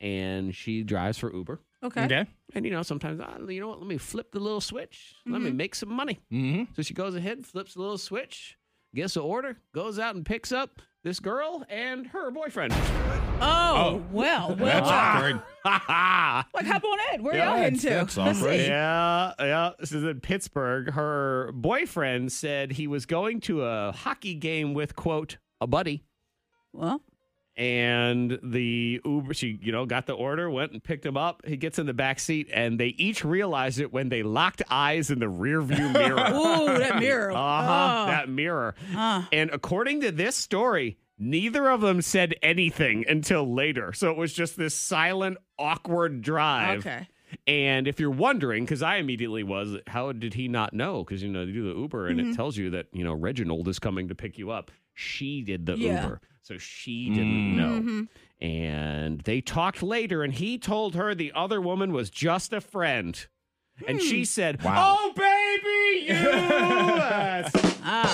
and she drives for Uber. Okay. And you know, sometimes ah, you know what? Let me flip the little switch. Let me make some money. Mm-hmm. So she goes ahead, flips the little switch, gets the order, goes out and picks up this girl and her boyfriend. Oh, well, ah. well. That's well. awkward. Like hop on in. Where Yeah, y'all heading that's- to? that's Let's awkward. [LAUGHS] [LAUGHS] see. yeah, yeah. This is in Pittsburgh. Her boyfriend said he was going to a hockey game with quote a buddy, Well, and the Uber. She you know got the order, went and picked him up. He gets in the back seat, and they each realized it when they locked eyes in the [LAUGHS] rearview mirror. ooh, that [LAUGHS] mirror. Uh-huh, Oh. that mirror. Ah. And according to this story, neither of them said anything until later. So it was just this silent, awkward drive. Okay. And if you're wondering, because I immediately was, how did he not know? Because you know, you do the Uber Mm-hmm. and it tells you that you know Reginald is coming to pick you up. She did the Yeah. Mm-hmm. Uber, so she didn't Mm. know. And they talked later, and he told her the other woman was just a friend. And Hmm. she said, Wow. "Oh, baby, you." That's Ah.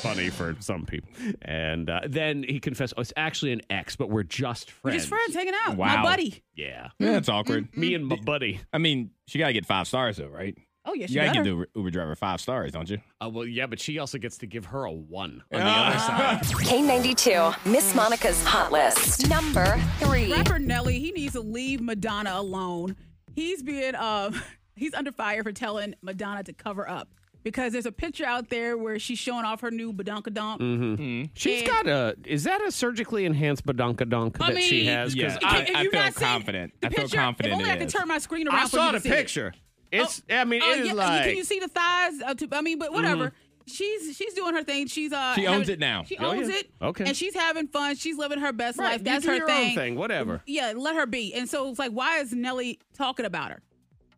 funny for some people. And uh, then he confessed, oh, it's actually an ex, but we're just We're friends. just friends Mm. hanging out. My Wow. buddy. Yeah. Yeah, that's awkward. Mm-hmm. Me and my buddy. I mean, she got to get five stars though, right? Oh, yes, You you got to give better. the Uber driver five stars, don't you? Uh, well, yeah, but she also gets to give her a one on the Ah. other side. K92, Miss Monica's hot list. Number three. Rapper Nelly, he needs to leave Madonna alone. He's being uh [LAUGHS] he's under fire for telling Madonna to cover up because there's a picture out there where she's showing off her new badonkadonk. Mm-hmm. She's And- got a. Is that a surgically enhanced badonkadonk I that she mean, has? 'Cause yeah. I, I- I you've feel not seen confident. the I feel picture- confident If only it I could is. turn my screen around. I for saw you the to see it. picture. It's. I mean, Oh, it is yeah, like. Mm. Can you see the thighs? Uh, to, I mean, but whatever. She's she's doing her thing. She's uh She owns having- it now. She Oh, owns yeah. it. Okay. And she's having fun. She's living her best Right, life. you That's do her your thing. Own thing. Whatever. Yeah, let her be. And so it's like, why is Nelly talking about her?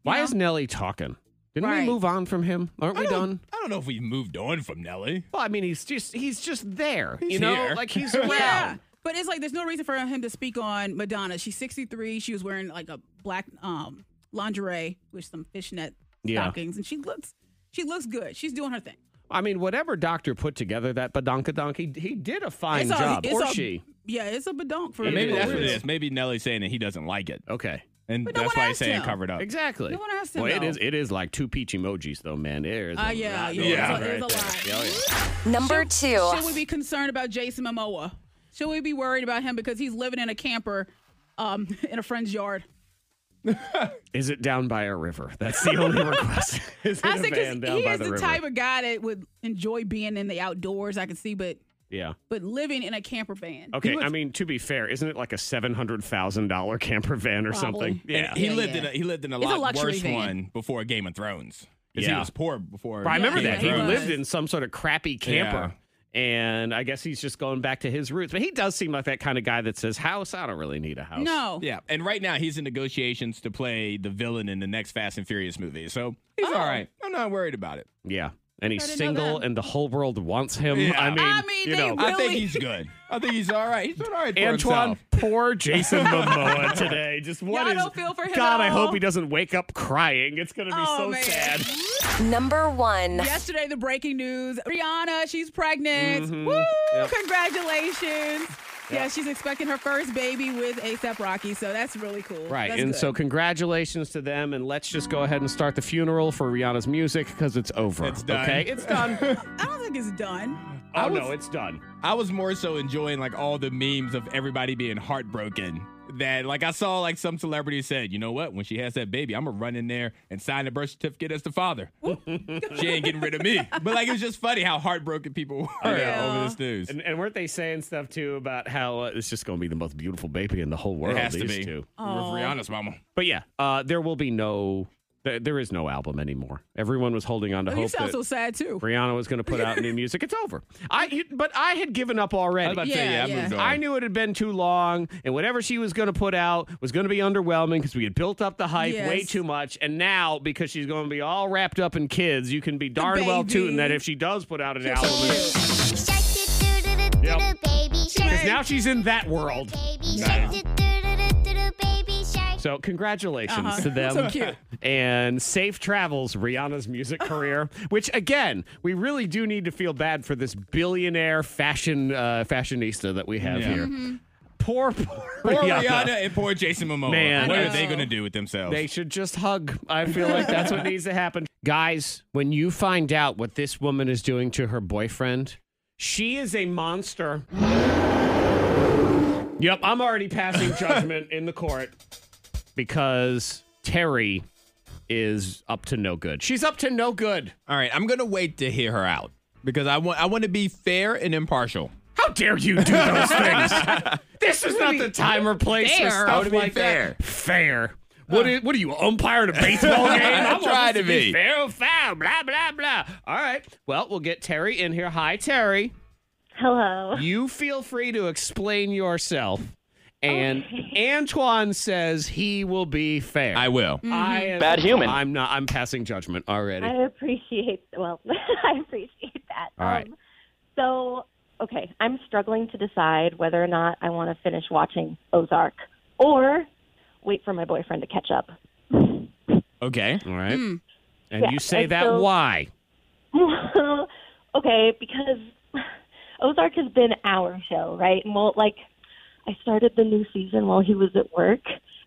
Why know? is Nelly talking? Didn't Right. we move on from him? Aren't we I don't- done? I don't know if we've moved on from Nelly. Well, I mean, he's just he's just there. He's you know, here. like [LAUGHS] he's Yeah. around. Yeah. But it's like there's no reason for him to speak on Madonna. She's 63. She was wearing like a black um lingerie with some fishnet Yeah. stockings, and she looks she looks good. She's doing her thing. I mean, whatever doctor put together that badonka donkey, he did a fine It's a- job, it's or a- she. Yeah, it's a badonk for Yeah, Uh, And maybe It that's what it is. is. Maybe Nelly's saying that he doesn't like it, Okay, and Oh. But no that's one why he's asked saying him. covered up. exactly. No one asked him, Well, it though. is. It is like two peach emojis, though, man. There is. Ah, a yeah, lot yeah, going it's a- on it's a there. lot. Yeah, yeah. Number two. Should we be concerned about Jason Momoa? [LAUGHS] Should we be worried about him because he's living in a camper um, in a friend's yard? Is it down by a river? That's the [LAUGHS] only request. Is it I a said van because down he by is the river? type of guy that would enjoy being in the outdoors. I can see, but Yeah. but living in a camper van. Okay, I mean to be fair, isn't it like a seven hundred thousand dollar camper van or something? Probably. Yeah, And he lived in a he lived in a It's a lot luxury worse van. one before Game of Thrones. 'Cause Yeah. he was poor before. But I remember Game that of he Thrones. lived in some sort of crappy camper, and I guess he's just going back to his roots. But he does seem like that kind of guy that says, "House? I don't really need a house." Yeah, and right now he's in negotiations to play the villain in the next Fast and Furious movie, so he's all right. I'm not worried about it. yeah, and he's didn't know single, that. and the whole world wants him. Yeah. I mean, I mean, you they know, I think he's good. I think he's all right. He's doing all right. For Antoine, himself. poor Jason [LAUGHS] Momoa today. Just what Y'all is? don't feel for him God, at I all. Oh, hope he doesn't wake up crying. It's gonna be so sad. [LAUGHS] Number one. Yesterday, the breaking news: Rihanna, she's pregnant. Mhm. Woo! Yep. Congratulations. Yeah, Yep. she's expecting her first baby with ASAP Rocky, so that's really cool. Right. That's and good. so, congratulations to them. And let's just go ahead and start the funeral for Rihanna's music because it's over. It's done. Okay. It's [LAUGHS] done. I don't think it's done. I I oh, was- no, it's done. I was more so enjoying like all the memes of everybody being heartbroken. That like I saw like some celebrity said, you know what? When she has that baby, I'm gonna run in there and sign the birth certificate as the father. she ain't getting rid of me. But like it was just funny how heartbroken people were over this news. And, and weren't they saying stuff too about how uh, it's just going to be the most beautiful baby in the whole world? it has these to be. two. Aw. Rihanna's mama. But yeah, uh, there will be no. There, there is no album anymore. Everyone was holding on to Oh, you hope sound that so sad too. Rihanna was going to put out new music. It's over. I you- but I had given up I was already. about to say, yeah, Yeah, yeah. I moved on. I knew it had been too long, and whatever she was going to put out was going to be underwhelming because we had built up the hype way Yes. too much. And now, because she's going to be all wrapped up in kids, you can be darn well baby. tooting that if she does put out an album. it's- Yep. Baby Because shark, now she's in that world. baby shark, do-do-do-do-do, baby shark. So congratulations Uh-huh. to them. So cute. And safe travels, Rihanna's [SIGHS] music career. Which again, we really do need to feel bad for this billionaire fashion uh, fashionista that we have Yeah. here. Mm-hmm. Poor, poor, Poor Rihanna. Rihanna. and poor Jason Momoa. Man. what I are they know. gonna do with themselves? They should just hug. I feel like that's what needs to happen. Guys, when you find out what this woman is doing to her boyfriend, she is a monster. Yep, I'm already passing judgment in the court because Terry is up to no good. She's up to no good. all right, I'm gonna wait to hear her out because I want I want to be fair and impartial. How dare you do [LAUGHS] those things? this is not be the time or place fair. for I stuff wanna be like that. fair. Fair. What, is, what are you, umpire in a [LAUGHS] baseball game? I want try this to be. Fair or foul, blah, blah, blah. All right. Well, we'll get Terry in here. Hi, Terry. Hello. You feel free to explain yourself. And [LAUGHS] Antoine says he will be fair. I will. I am, Bad human. I'm not. I'm passing judgment already. I appreciate [LAUGHS] well, I appreciate that. All right. Um, so okay, I'm struggling to decide whether or not I want to finish watching Ozark or wait for my boyfriend to catch up. Okay. All right. Hmm. And Yeah, you say and that so- why? Well, [LAUGHS] okay, because Ozark has been our show, right? And well, like I started the new season while he was at work,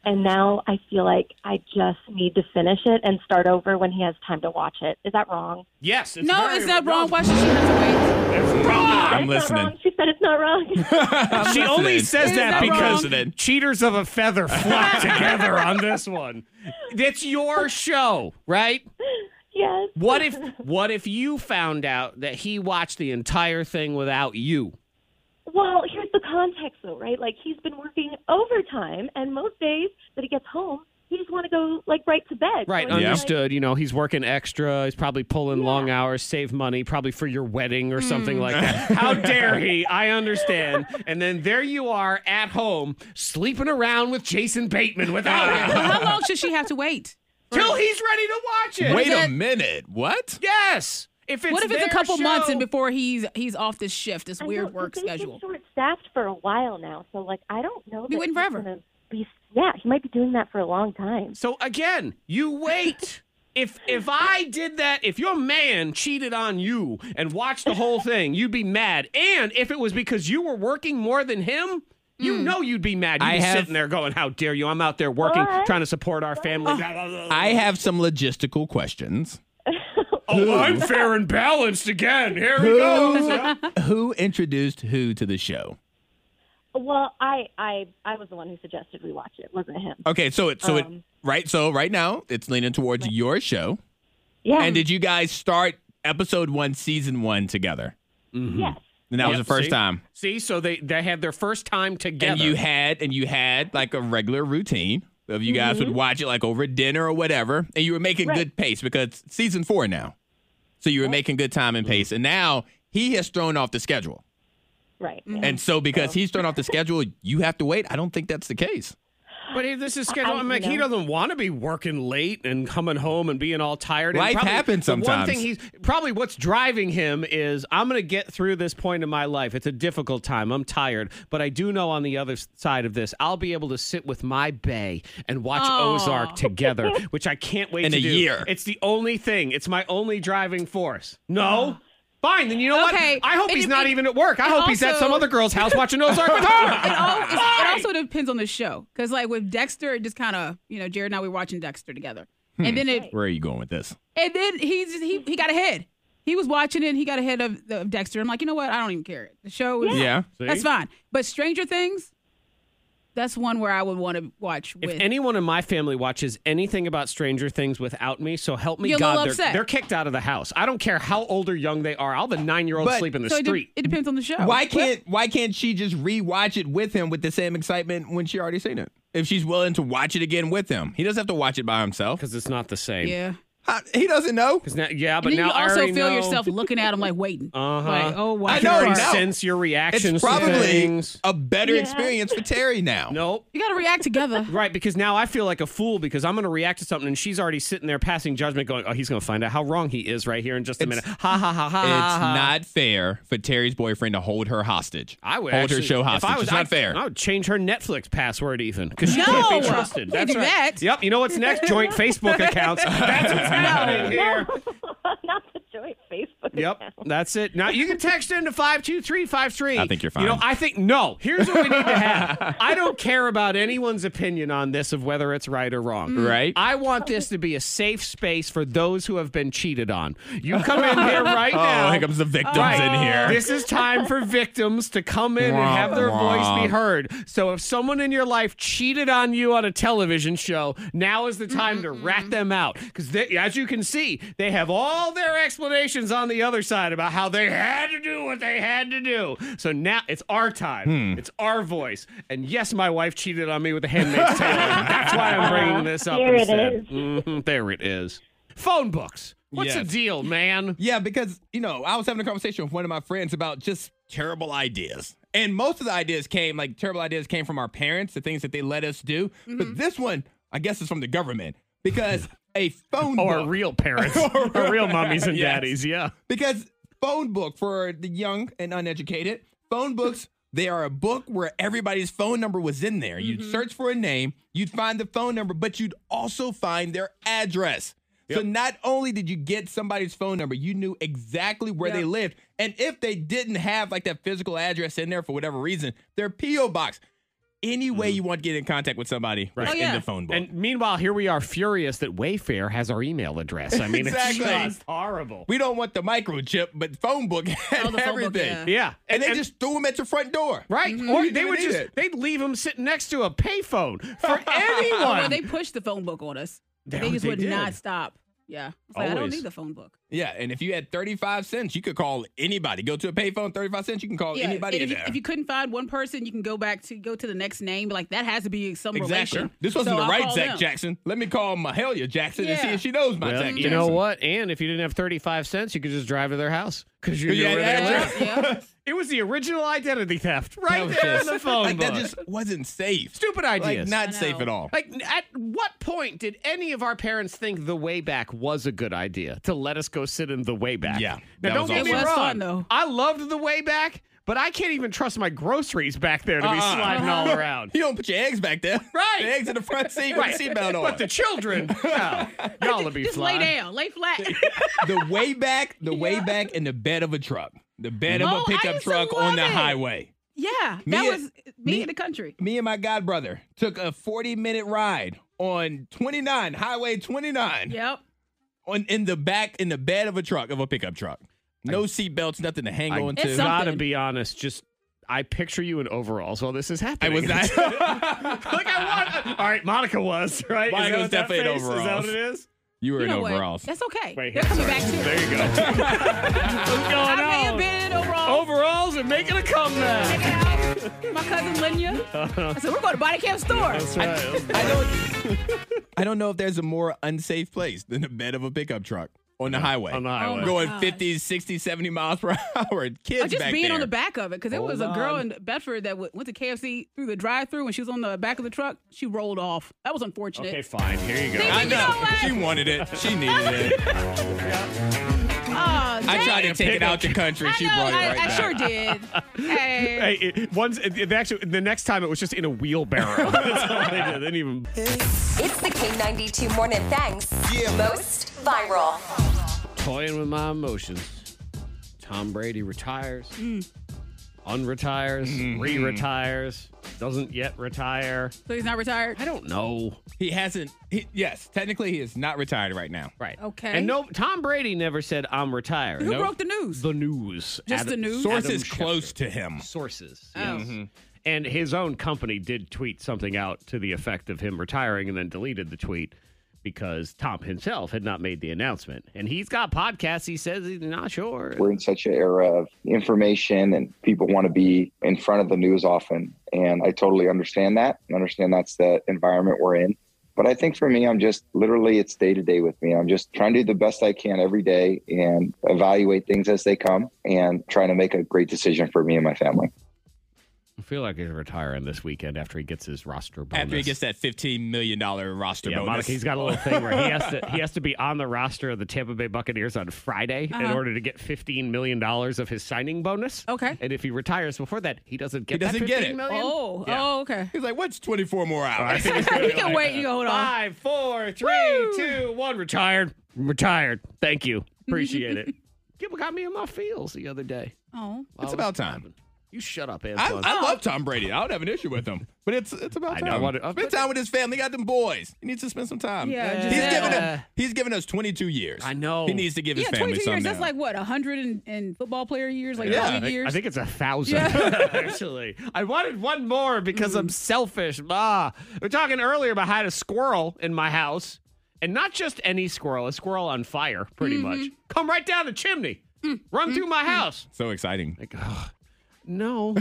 and now I feel like I just need to finish it and start over when he has time to watch it. Is that wrong? Yes. It's No, very it's not wrong. Why should she have to wait? It's wrong. I'm It's not listening. wrong. She said it's not wrong. [LAUGHS] She only says Is that that because wrong? cheaters of a feather [LAUGHS] [LAUGHS] flock together on this one. It's your show, right? yes. What if what if you found out that he watched the entire thing without you? Well, here's the context, though, right? Like he's been working overtime, and most days that he gets home, he just want to go like right to bed. Right, So it's like- understood. You know, he's working extra. He's probably pulling Yeah. long hours, save money, probably for your wedding or something like that. [LAUGHS] How dare he? I understand. And then there you are at home sleeping around with Jason Bateman without [LAUGHS] Well, him how long should she have to wait? till he's ready to watch it. Wait Is a it- minute. What? Yes. If it's what if it's a their couple months show- and before he's he's off this shift, this I know, weird but work they've been schedule? short-staffed for a while now, so like I don't know. Be that waiting he's forever. gonna Be, yeah, he might be doing that for a long time. So again, you wait. if if I did that, if your man cheated on you and watched the whole thing, you'd be mad. And if it was because you were working more than him, you know you'd be mad. You'd I be have- sitting there going, "How dare you? I'm out there working, What? trying to support our family." I have some logistical questions. oh, I'm fair and balanced again. Here Who, who introduced who to the show? Well, I I I was the one who suggested we watch it. it wasn't him. Okay, so it so it Um, right so right now it's leaning towards your show. Yeah. And did you guys start episode one, season one together? Mm-hmm. Yes. And that was Yep, the first see? time. See, so they they had their first time together. And you had and you had like a regular routine of you guys would Mhm. watch it like over dinner or whatever, and you were making Right. good pace because it's season four now, so you were making good time and pace, and now he has thrown off the schedule, Right. and so because he's thrown off the schedule, you have to wait. I don't think that's the case. But if this is scheduled, I- I'm like, you he know. doesn't want to be working late and coming home and being all tired. And Life happens the One sometimes. thing he's probably what's driving him is I'm going to get through this point in my life. It's a difficult time. I'm tired, but I do know on the other s- side of this, I'll be able to sit with my bay and watch Aw. Ozark [LAUGHS] together, which I can't wait In to a do. year. It's the only thing. It's my only driving force. No. Fine, then you know Okay, what? I hope and he's if- not and- even at work. I and hope he's at also- some other girl's house watching Ozark with [LAUGHS] her. It, all, it's- it also depends on the show. Because, like, with Dexter, it just kind of, you know, Jared and I, we were watching Dexter together. Hmm. And then it, Where are you going with this? and then he's, he, he got ahead. He was watching it and he got ahead of, of Dexter. I'm like, you know what? I don't even care. The show is, Yeah. Yeah. that's See? fine. But Stranger Things, that's one where I would want to watch with. If anyone in my family watches anything about Stranger Things without me, so help me You're a little God, they're, upset. they're kicked out of the house. I don't care how old or young they are. I'll have a nine year old But- sleep in the so it, de- street. it depends on the show. Why can't why can't she just rewatch it with him with the same excitement when she already seen it? If she's willing to watch it again with him, he doesn't have to watch it by himself. Because it's not the same. Yeah. How- he doesn't know. Because now, yeah, but and then now you I also already feel know- yourself looking at him like waiting. Uh-huh. Like, oh, I wow. I already can know. sense your reactions. It's to probably things. a better Yeah. experience for Terry now. Nope. You got to react together. Right, because now I feel like a fool because I'm going to react to something and she's already sitting there passing judgment, going, "Oh, he's going to find out how wrong he is right here in just a minute." Ha ha ha ha! It's ha, ha. not fair for Terry's boyfriend to hold her hostage. I would hold her actually- show if I hostage. was- it's not I'd- fair. I would change her Netflix password even because she No! can't be trusted. Can't That's do right. that. Yep. You know what's next? Joint Facebook [LAUGHS] accounts. That's what's happening here. Not the joint Facebook. Yep, that's it. Now you can text in to five two three five three. I think you're You know, fine. I think no. Here's what we need to have. I don't care about anyone's opinion on this of whether it's right or wrong. Mm. Right. I want this to be a safe space for those who have been cheated on. You come in [LAUGHS] here right oh, now. here comes the victims Right. in here. This is time for victims to come in and Womp have their voice be womp. heard. So if someone in your life cheated on you on a television show, now is the time Mm-hmm, to rat them out. Because as you can see, they have all their explanations on the other side about how they had to do what they had to do. So now it's our Hmm. time. It's our voice. And yes, my wife cheated on me with a handmaid's tale. That's why I'm bringing this up. Here it instead. is. Mhm, there it is. Phone books. What's the Yes. deal, man? Yeah, because you know, I was having a conversation with one of my friends about just terrible ideas. And most of the ideas came like terrible ideas came from our parents, the things that they let us do. But this one, I guess, is from the government [LAUGHS] because a phone Or Oh, book, real [LAUGHS] parents, or real mummies and Yes. daddies, yeah. because phone book for the young and uneducated, phone books [LAUGHS] they are a book where everybody's phone number was in there. You'd Mm-hmm. search for a name, you'd find the phone number, but you'd also find their address. So not only did you get somebody's phone number, you knew exactly where they Yep. lived. And if they didn't have like that physical address in there for whatever reason, their PO box. Any way you want to get in contact with somebody was Oh, in yeah. the phone book. And meanwhile, here we are furious that Wayfair has our email address. I mean, Exactly. it's just horrible. we don't want the microchip, but phone book [LAUGHS] had Oh, the phone book, everything. yeah. Mm-hmm. Yeah, And, they just threw them at your front door. right, Mhm. or You they didn't would need just it. they'd leave them sitting next to a payphone [LAUGHS] for anyone. Well, they pushed the phone book on us. They- They, just they would did. not stop. Yeah. I was like, I don't Always. need the phone book. Yeah, and if you had 35 cents, you could call anybody. Go to a payphone, 35 cents, you can call Yeah. Oh, anybody in and if, you, there. if you couldn't find one person, you can go back to go to the next name. Be Like that has to be some exactly. relation. This wasn't So the I'll right call Zach them. Jackson. Let me call Mahalia Jackson and see Yeah. if she knows my Well, Zach Jackson. you know what? And if you didn't have thirty five cents, you could just drive to their house because you knew Yeah, where yeah, they lived. yeah. Yeah. It was the original identity theft That right was there in just- the phone like, book. That just wasn't safe. Stupid Like, ideas. not know. safe at all. Like, n- at what point did any of our parents think the way back was a good idea to let us go sit in the way back? Yeah, Now, that don't was get awesome. me It wrong. was fun, though. I loved the way back, but I can't even trust my groceries back there to be Uh-uh. sliding all around. You don't put your eggs back there. [LAUGHS] Right. The eggs in the front seat Uh-huh. [LAUGHS] Right. with the seatbelt on. But the children, [LAUGHS] no. y'all will be Just flying. lay down, lay flat. the way back, the way back in the bed of a truck. The bed of Oh, a I pickup used to truck on the love it. highway. yeah, Me that and- was me, me- in the country. me and my god brother took a 40 minute ride on 29 highway 29 Yep. on in the back in the bed of a truck of a pickup truck no seat belts nothing to hang I on It's to some- gotta something. be honest, just I picture you in overalls while this is I happening. [LAUGHS] was not. [LAUGHS] like I want. All right, Monica was right. Is that Mine was what that definitely in face- Is that overalls. what it is? You were You in know what? overalls. That's okay. Right here, They're coming sorry. back too. There you [LAUGHS] go. What's going I may on? have been in Oh, overalls. Overalls are making a comeback. My cousin Linya. Uh-huh. I said, we're going to Body Camp Store. [LAUGHS] I don't. I don't know if there's a more unsafe place than the bed of a pickup truck on the highway. On the Oh highway. my going gosh. 50, 60, 70 miles per [LAUGHS] hour. and Kids Or just back being there. Oh, on the back of it, because there Hold was a girl on. in Bedford that w- went to KFC through the drive-through, and she was on the back of the truck. She rolled off. That was unfortunate. Okay, fine. Here you go. See, but I you know. know what? She wanted it. She needed it. Aw, I tried [LAUGHS] to dang. take it out the country. She Ah, I know, brought it I, right I back. sure did. [LAUGHS] Hey. Hey, it, once it, it actually, the next time it was just in a wheelbarrow. [LAUGHS] That's all they did. They didn't even. It's the K92 Morning Thanks. Most viral. Toying with my emotions. Tom Brady retires, unretires, re-retires, doesn't yet retire. So he's not retired? I don't know. He hasn't. He, yes, technically, he is not retired right now. Right. Okay. And no, Tom Brady never said I'm retired. Who broke the news? The news. Just the news? Sources close to him. Sources. Oh. Yes. And his own company did tweet something out to the effect of him retiring and then deleted the tweet because Tom himself had not made the announcement. And he's got podcasts. He says he's not sure. We're in such an era of information and people want to be in front of the news often. And I totally understand that and understand that's the environment we're in. But I think for me, I'm just literally it's day to day with me. I'm just trying to do the best I can every day and evaluate things as they come and trying to make a great decision for me and my family. I feel like he's retiring this weekend after he gets his roster bonus. After he gets that $15 million roster yeah, bonus. Monica, he's got a little thing where he has to he has to be on the roster of the Tampa Bay Buccaneers on Friday in Uh-huh. order to get fifteen million dollars of his signing bonus. Okay. And if he retires before that, he doesn't He get that doesn't get it. $15 million. Oh, oh, [LAUGHS] okay. He's like, what's 24 more hours? I think [LAUGHS] it's gonna You be can like wait. You go, hold on. Five, four, three, two, one. Retired. Retired. Thank you. Appreciate it. People got me in my feels the other day. Oh. While [LAUGHS] It's I was about time. driving. You shut up, I, Antoine. I love Tom Brady. I don't have an issue with him, but it's it's about I time. know. I wanted- I- spend time with his family. He got them boys. He needs to spend some time. Yeah, he's Giselle. given Yeah. us, he's given us 22 years. I know. He needs to give his yeah, family 22 some. years. now. That's like what, 100 and, and football player years? Like Yeah, I 30 think- years? I think it's a thousand. Yeah. [LAUGHS] actually, I wanted one more because I'm selfish. Ah, we are talking earlier about how I had a squirrel in my house, and not just any squirrel, a squirrel on fire, pretty much. Come right down the chimney, run through my house. so exciting. No.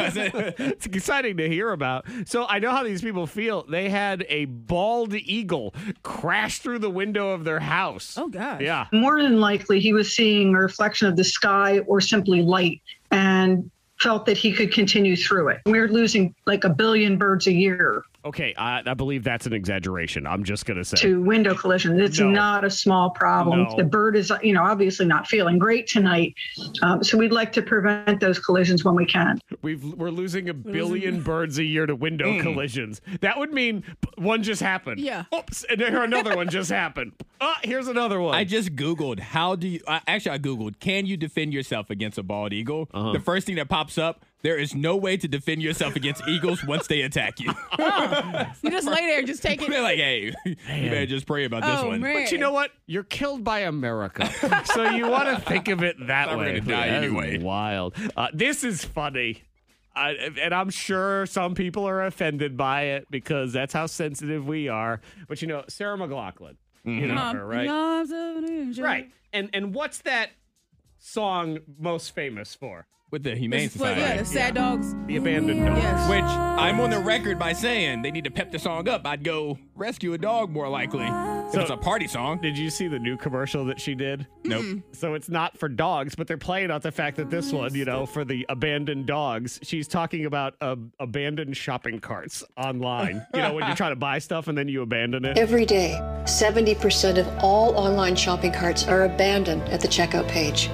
it's exciting to hear about. So I know how these people feel. They had a bald eagle crash through the window of their house. Oh, gosh. Yeah. More than likely, he was seeing a reflection of the sky or simply light and felt that he could continue through it. We're losing like a billion birds a year Okay, I, I believe that's an exaggeration. I'm just going to say. to window collisions. It's No. not a small problem. No. The bird is, you know, obviously not feeling great tonight. Um, so we'd like to prevent those collisions when we can. We've, we're losing Mm. a losing- [LAUGHS] billion birds a year to window collisions. That would mean p- one just happened. Yeah. Oops, and there another one just happened. Ah, here's another one. I just Googled how do you, I actually, I Googled, can you defend yourself against a bald eagle? Uh-huh. The first thing that pops up, there is no way to defend yourself against [LAUGHS] eagles once they attack you. you just lay there and just take [LAUGHS] it. They're like, hey, you better just pray about this Oh, one. man. But you know what? You're killed by America. so you want to think of it that Thought we were way. gonna die That is anyway. Wild. Uh, this is funny. I, and I'm sure some people are offended by it because that's how sensitive we are. But you know, Sarah McLaughlin, you know her, right? Right. And and what's that song most famous for? With the Humane Well, Society. yeah, the sad dogs. The abandoned dog. Yes. Which I'm on the record by saying they need to pep the song up. I'd go rescue a dog more likely. if it's a party song. Did you see the new commercial that she did? Nope. So it's not for dogs, but they're playing out the fact that this one, you know, for the abandoned dogs, she's talking about um, abandoned shopping carts online. You know, when you try to buy stuff and then you abandon it. Every day, 70% of all online shopping carts are abandoned at the checkout page.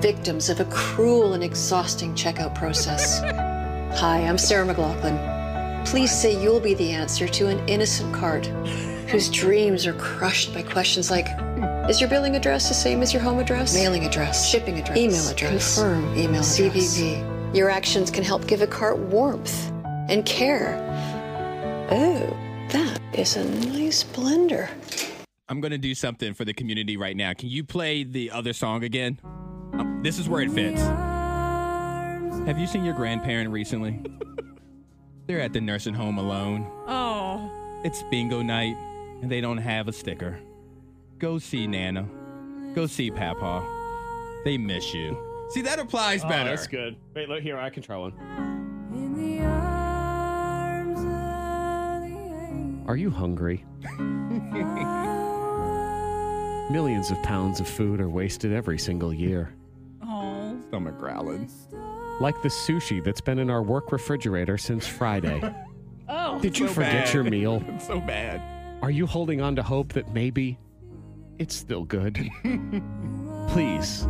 Victims of a cruel and exhausting checkout process. Hi, I'm Sarah McLaughlin. Please say you'll be the answer to an innocent cart whose dreams are crushed by questions like Is your billing address the same as your home address? Mailing address, shipping address, email address, confirm email address, CVV. Your actions can help give a cart warmth and care. Oh, that is a nice blender. I'm going to do something for the community right Oh, now. Can you play the other song again? Um, this is where it fits. Have you seen your grandparent [LAUGHS] recently? They're at the nursing home alone. Oh. It's bingo night, and they don't have a sticker. Go see Nana. Go see Papa. They miss you. See, that applies Oh, better. that's good. Wait, look here. I can try one. Are you hungry? Millions of pounds of food are wasted every single year. Oh. Stomach growling. Like the sushi that's been in our work refrigerator since Friday. [LAUGHS] Oh. Did you forget your meal? It's so bad. Are you holding on to hope that maybe it's still [LAUGHS] good? Please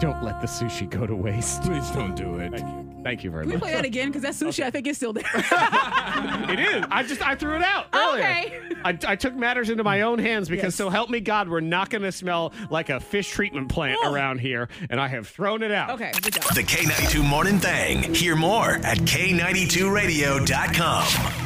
don't let the sushi go to waste. Please don't do it. Thank you, Thank you very Can we much. play that again? Because that sushi, I think, is still there. It is. I just I threw it out earlier. Okay. [LAUGHS] I, I took matters into my own hands because so help me God, we're not going to smell like a fish treatment plant Oh. around here, and I have thrown it out. Okay. The K92 Morning Thang. Hear more at K92Radio.com.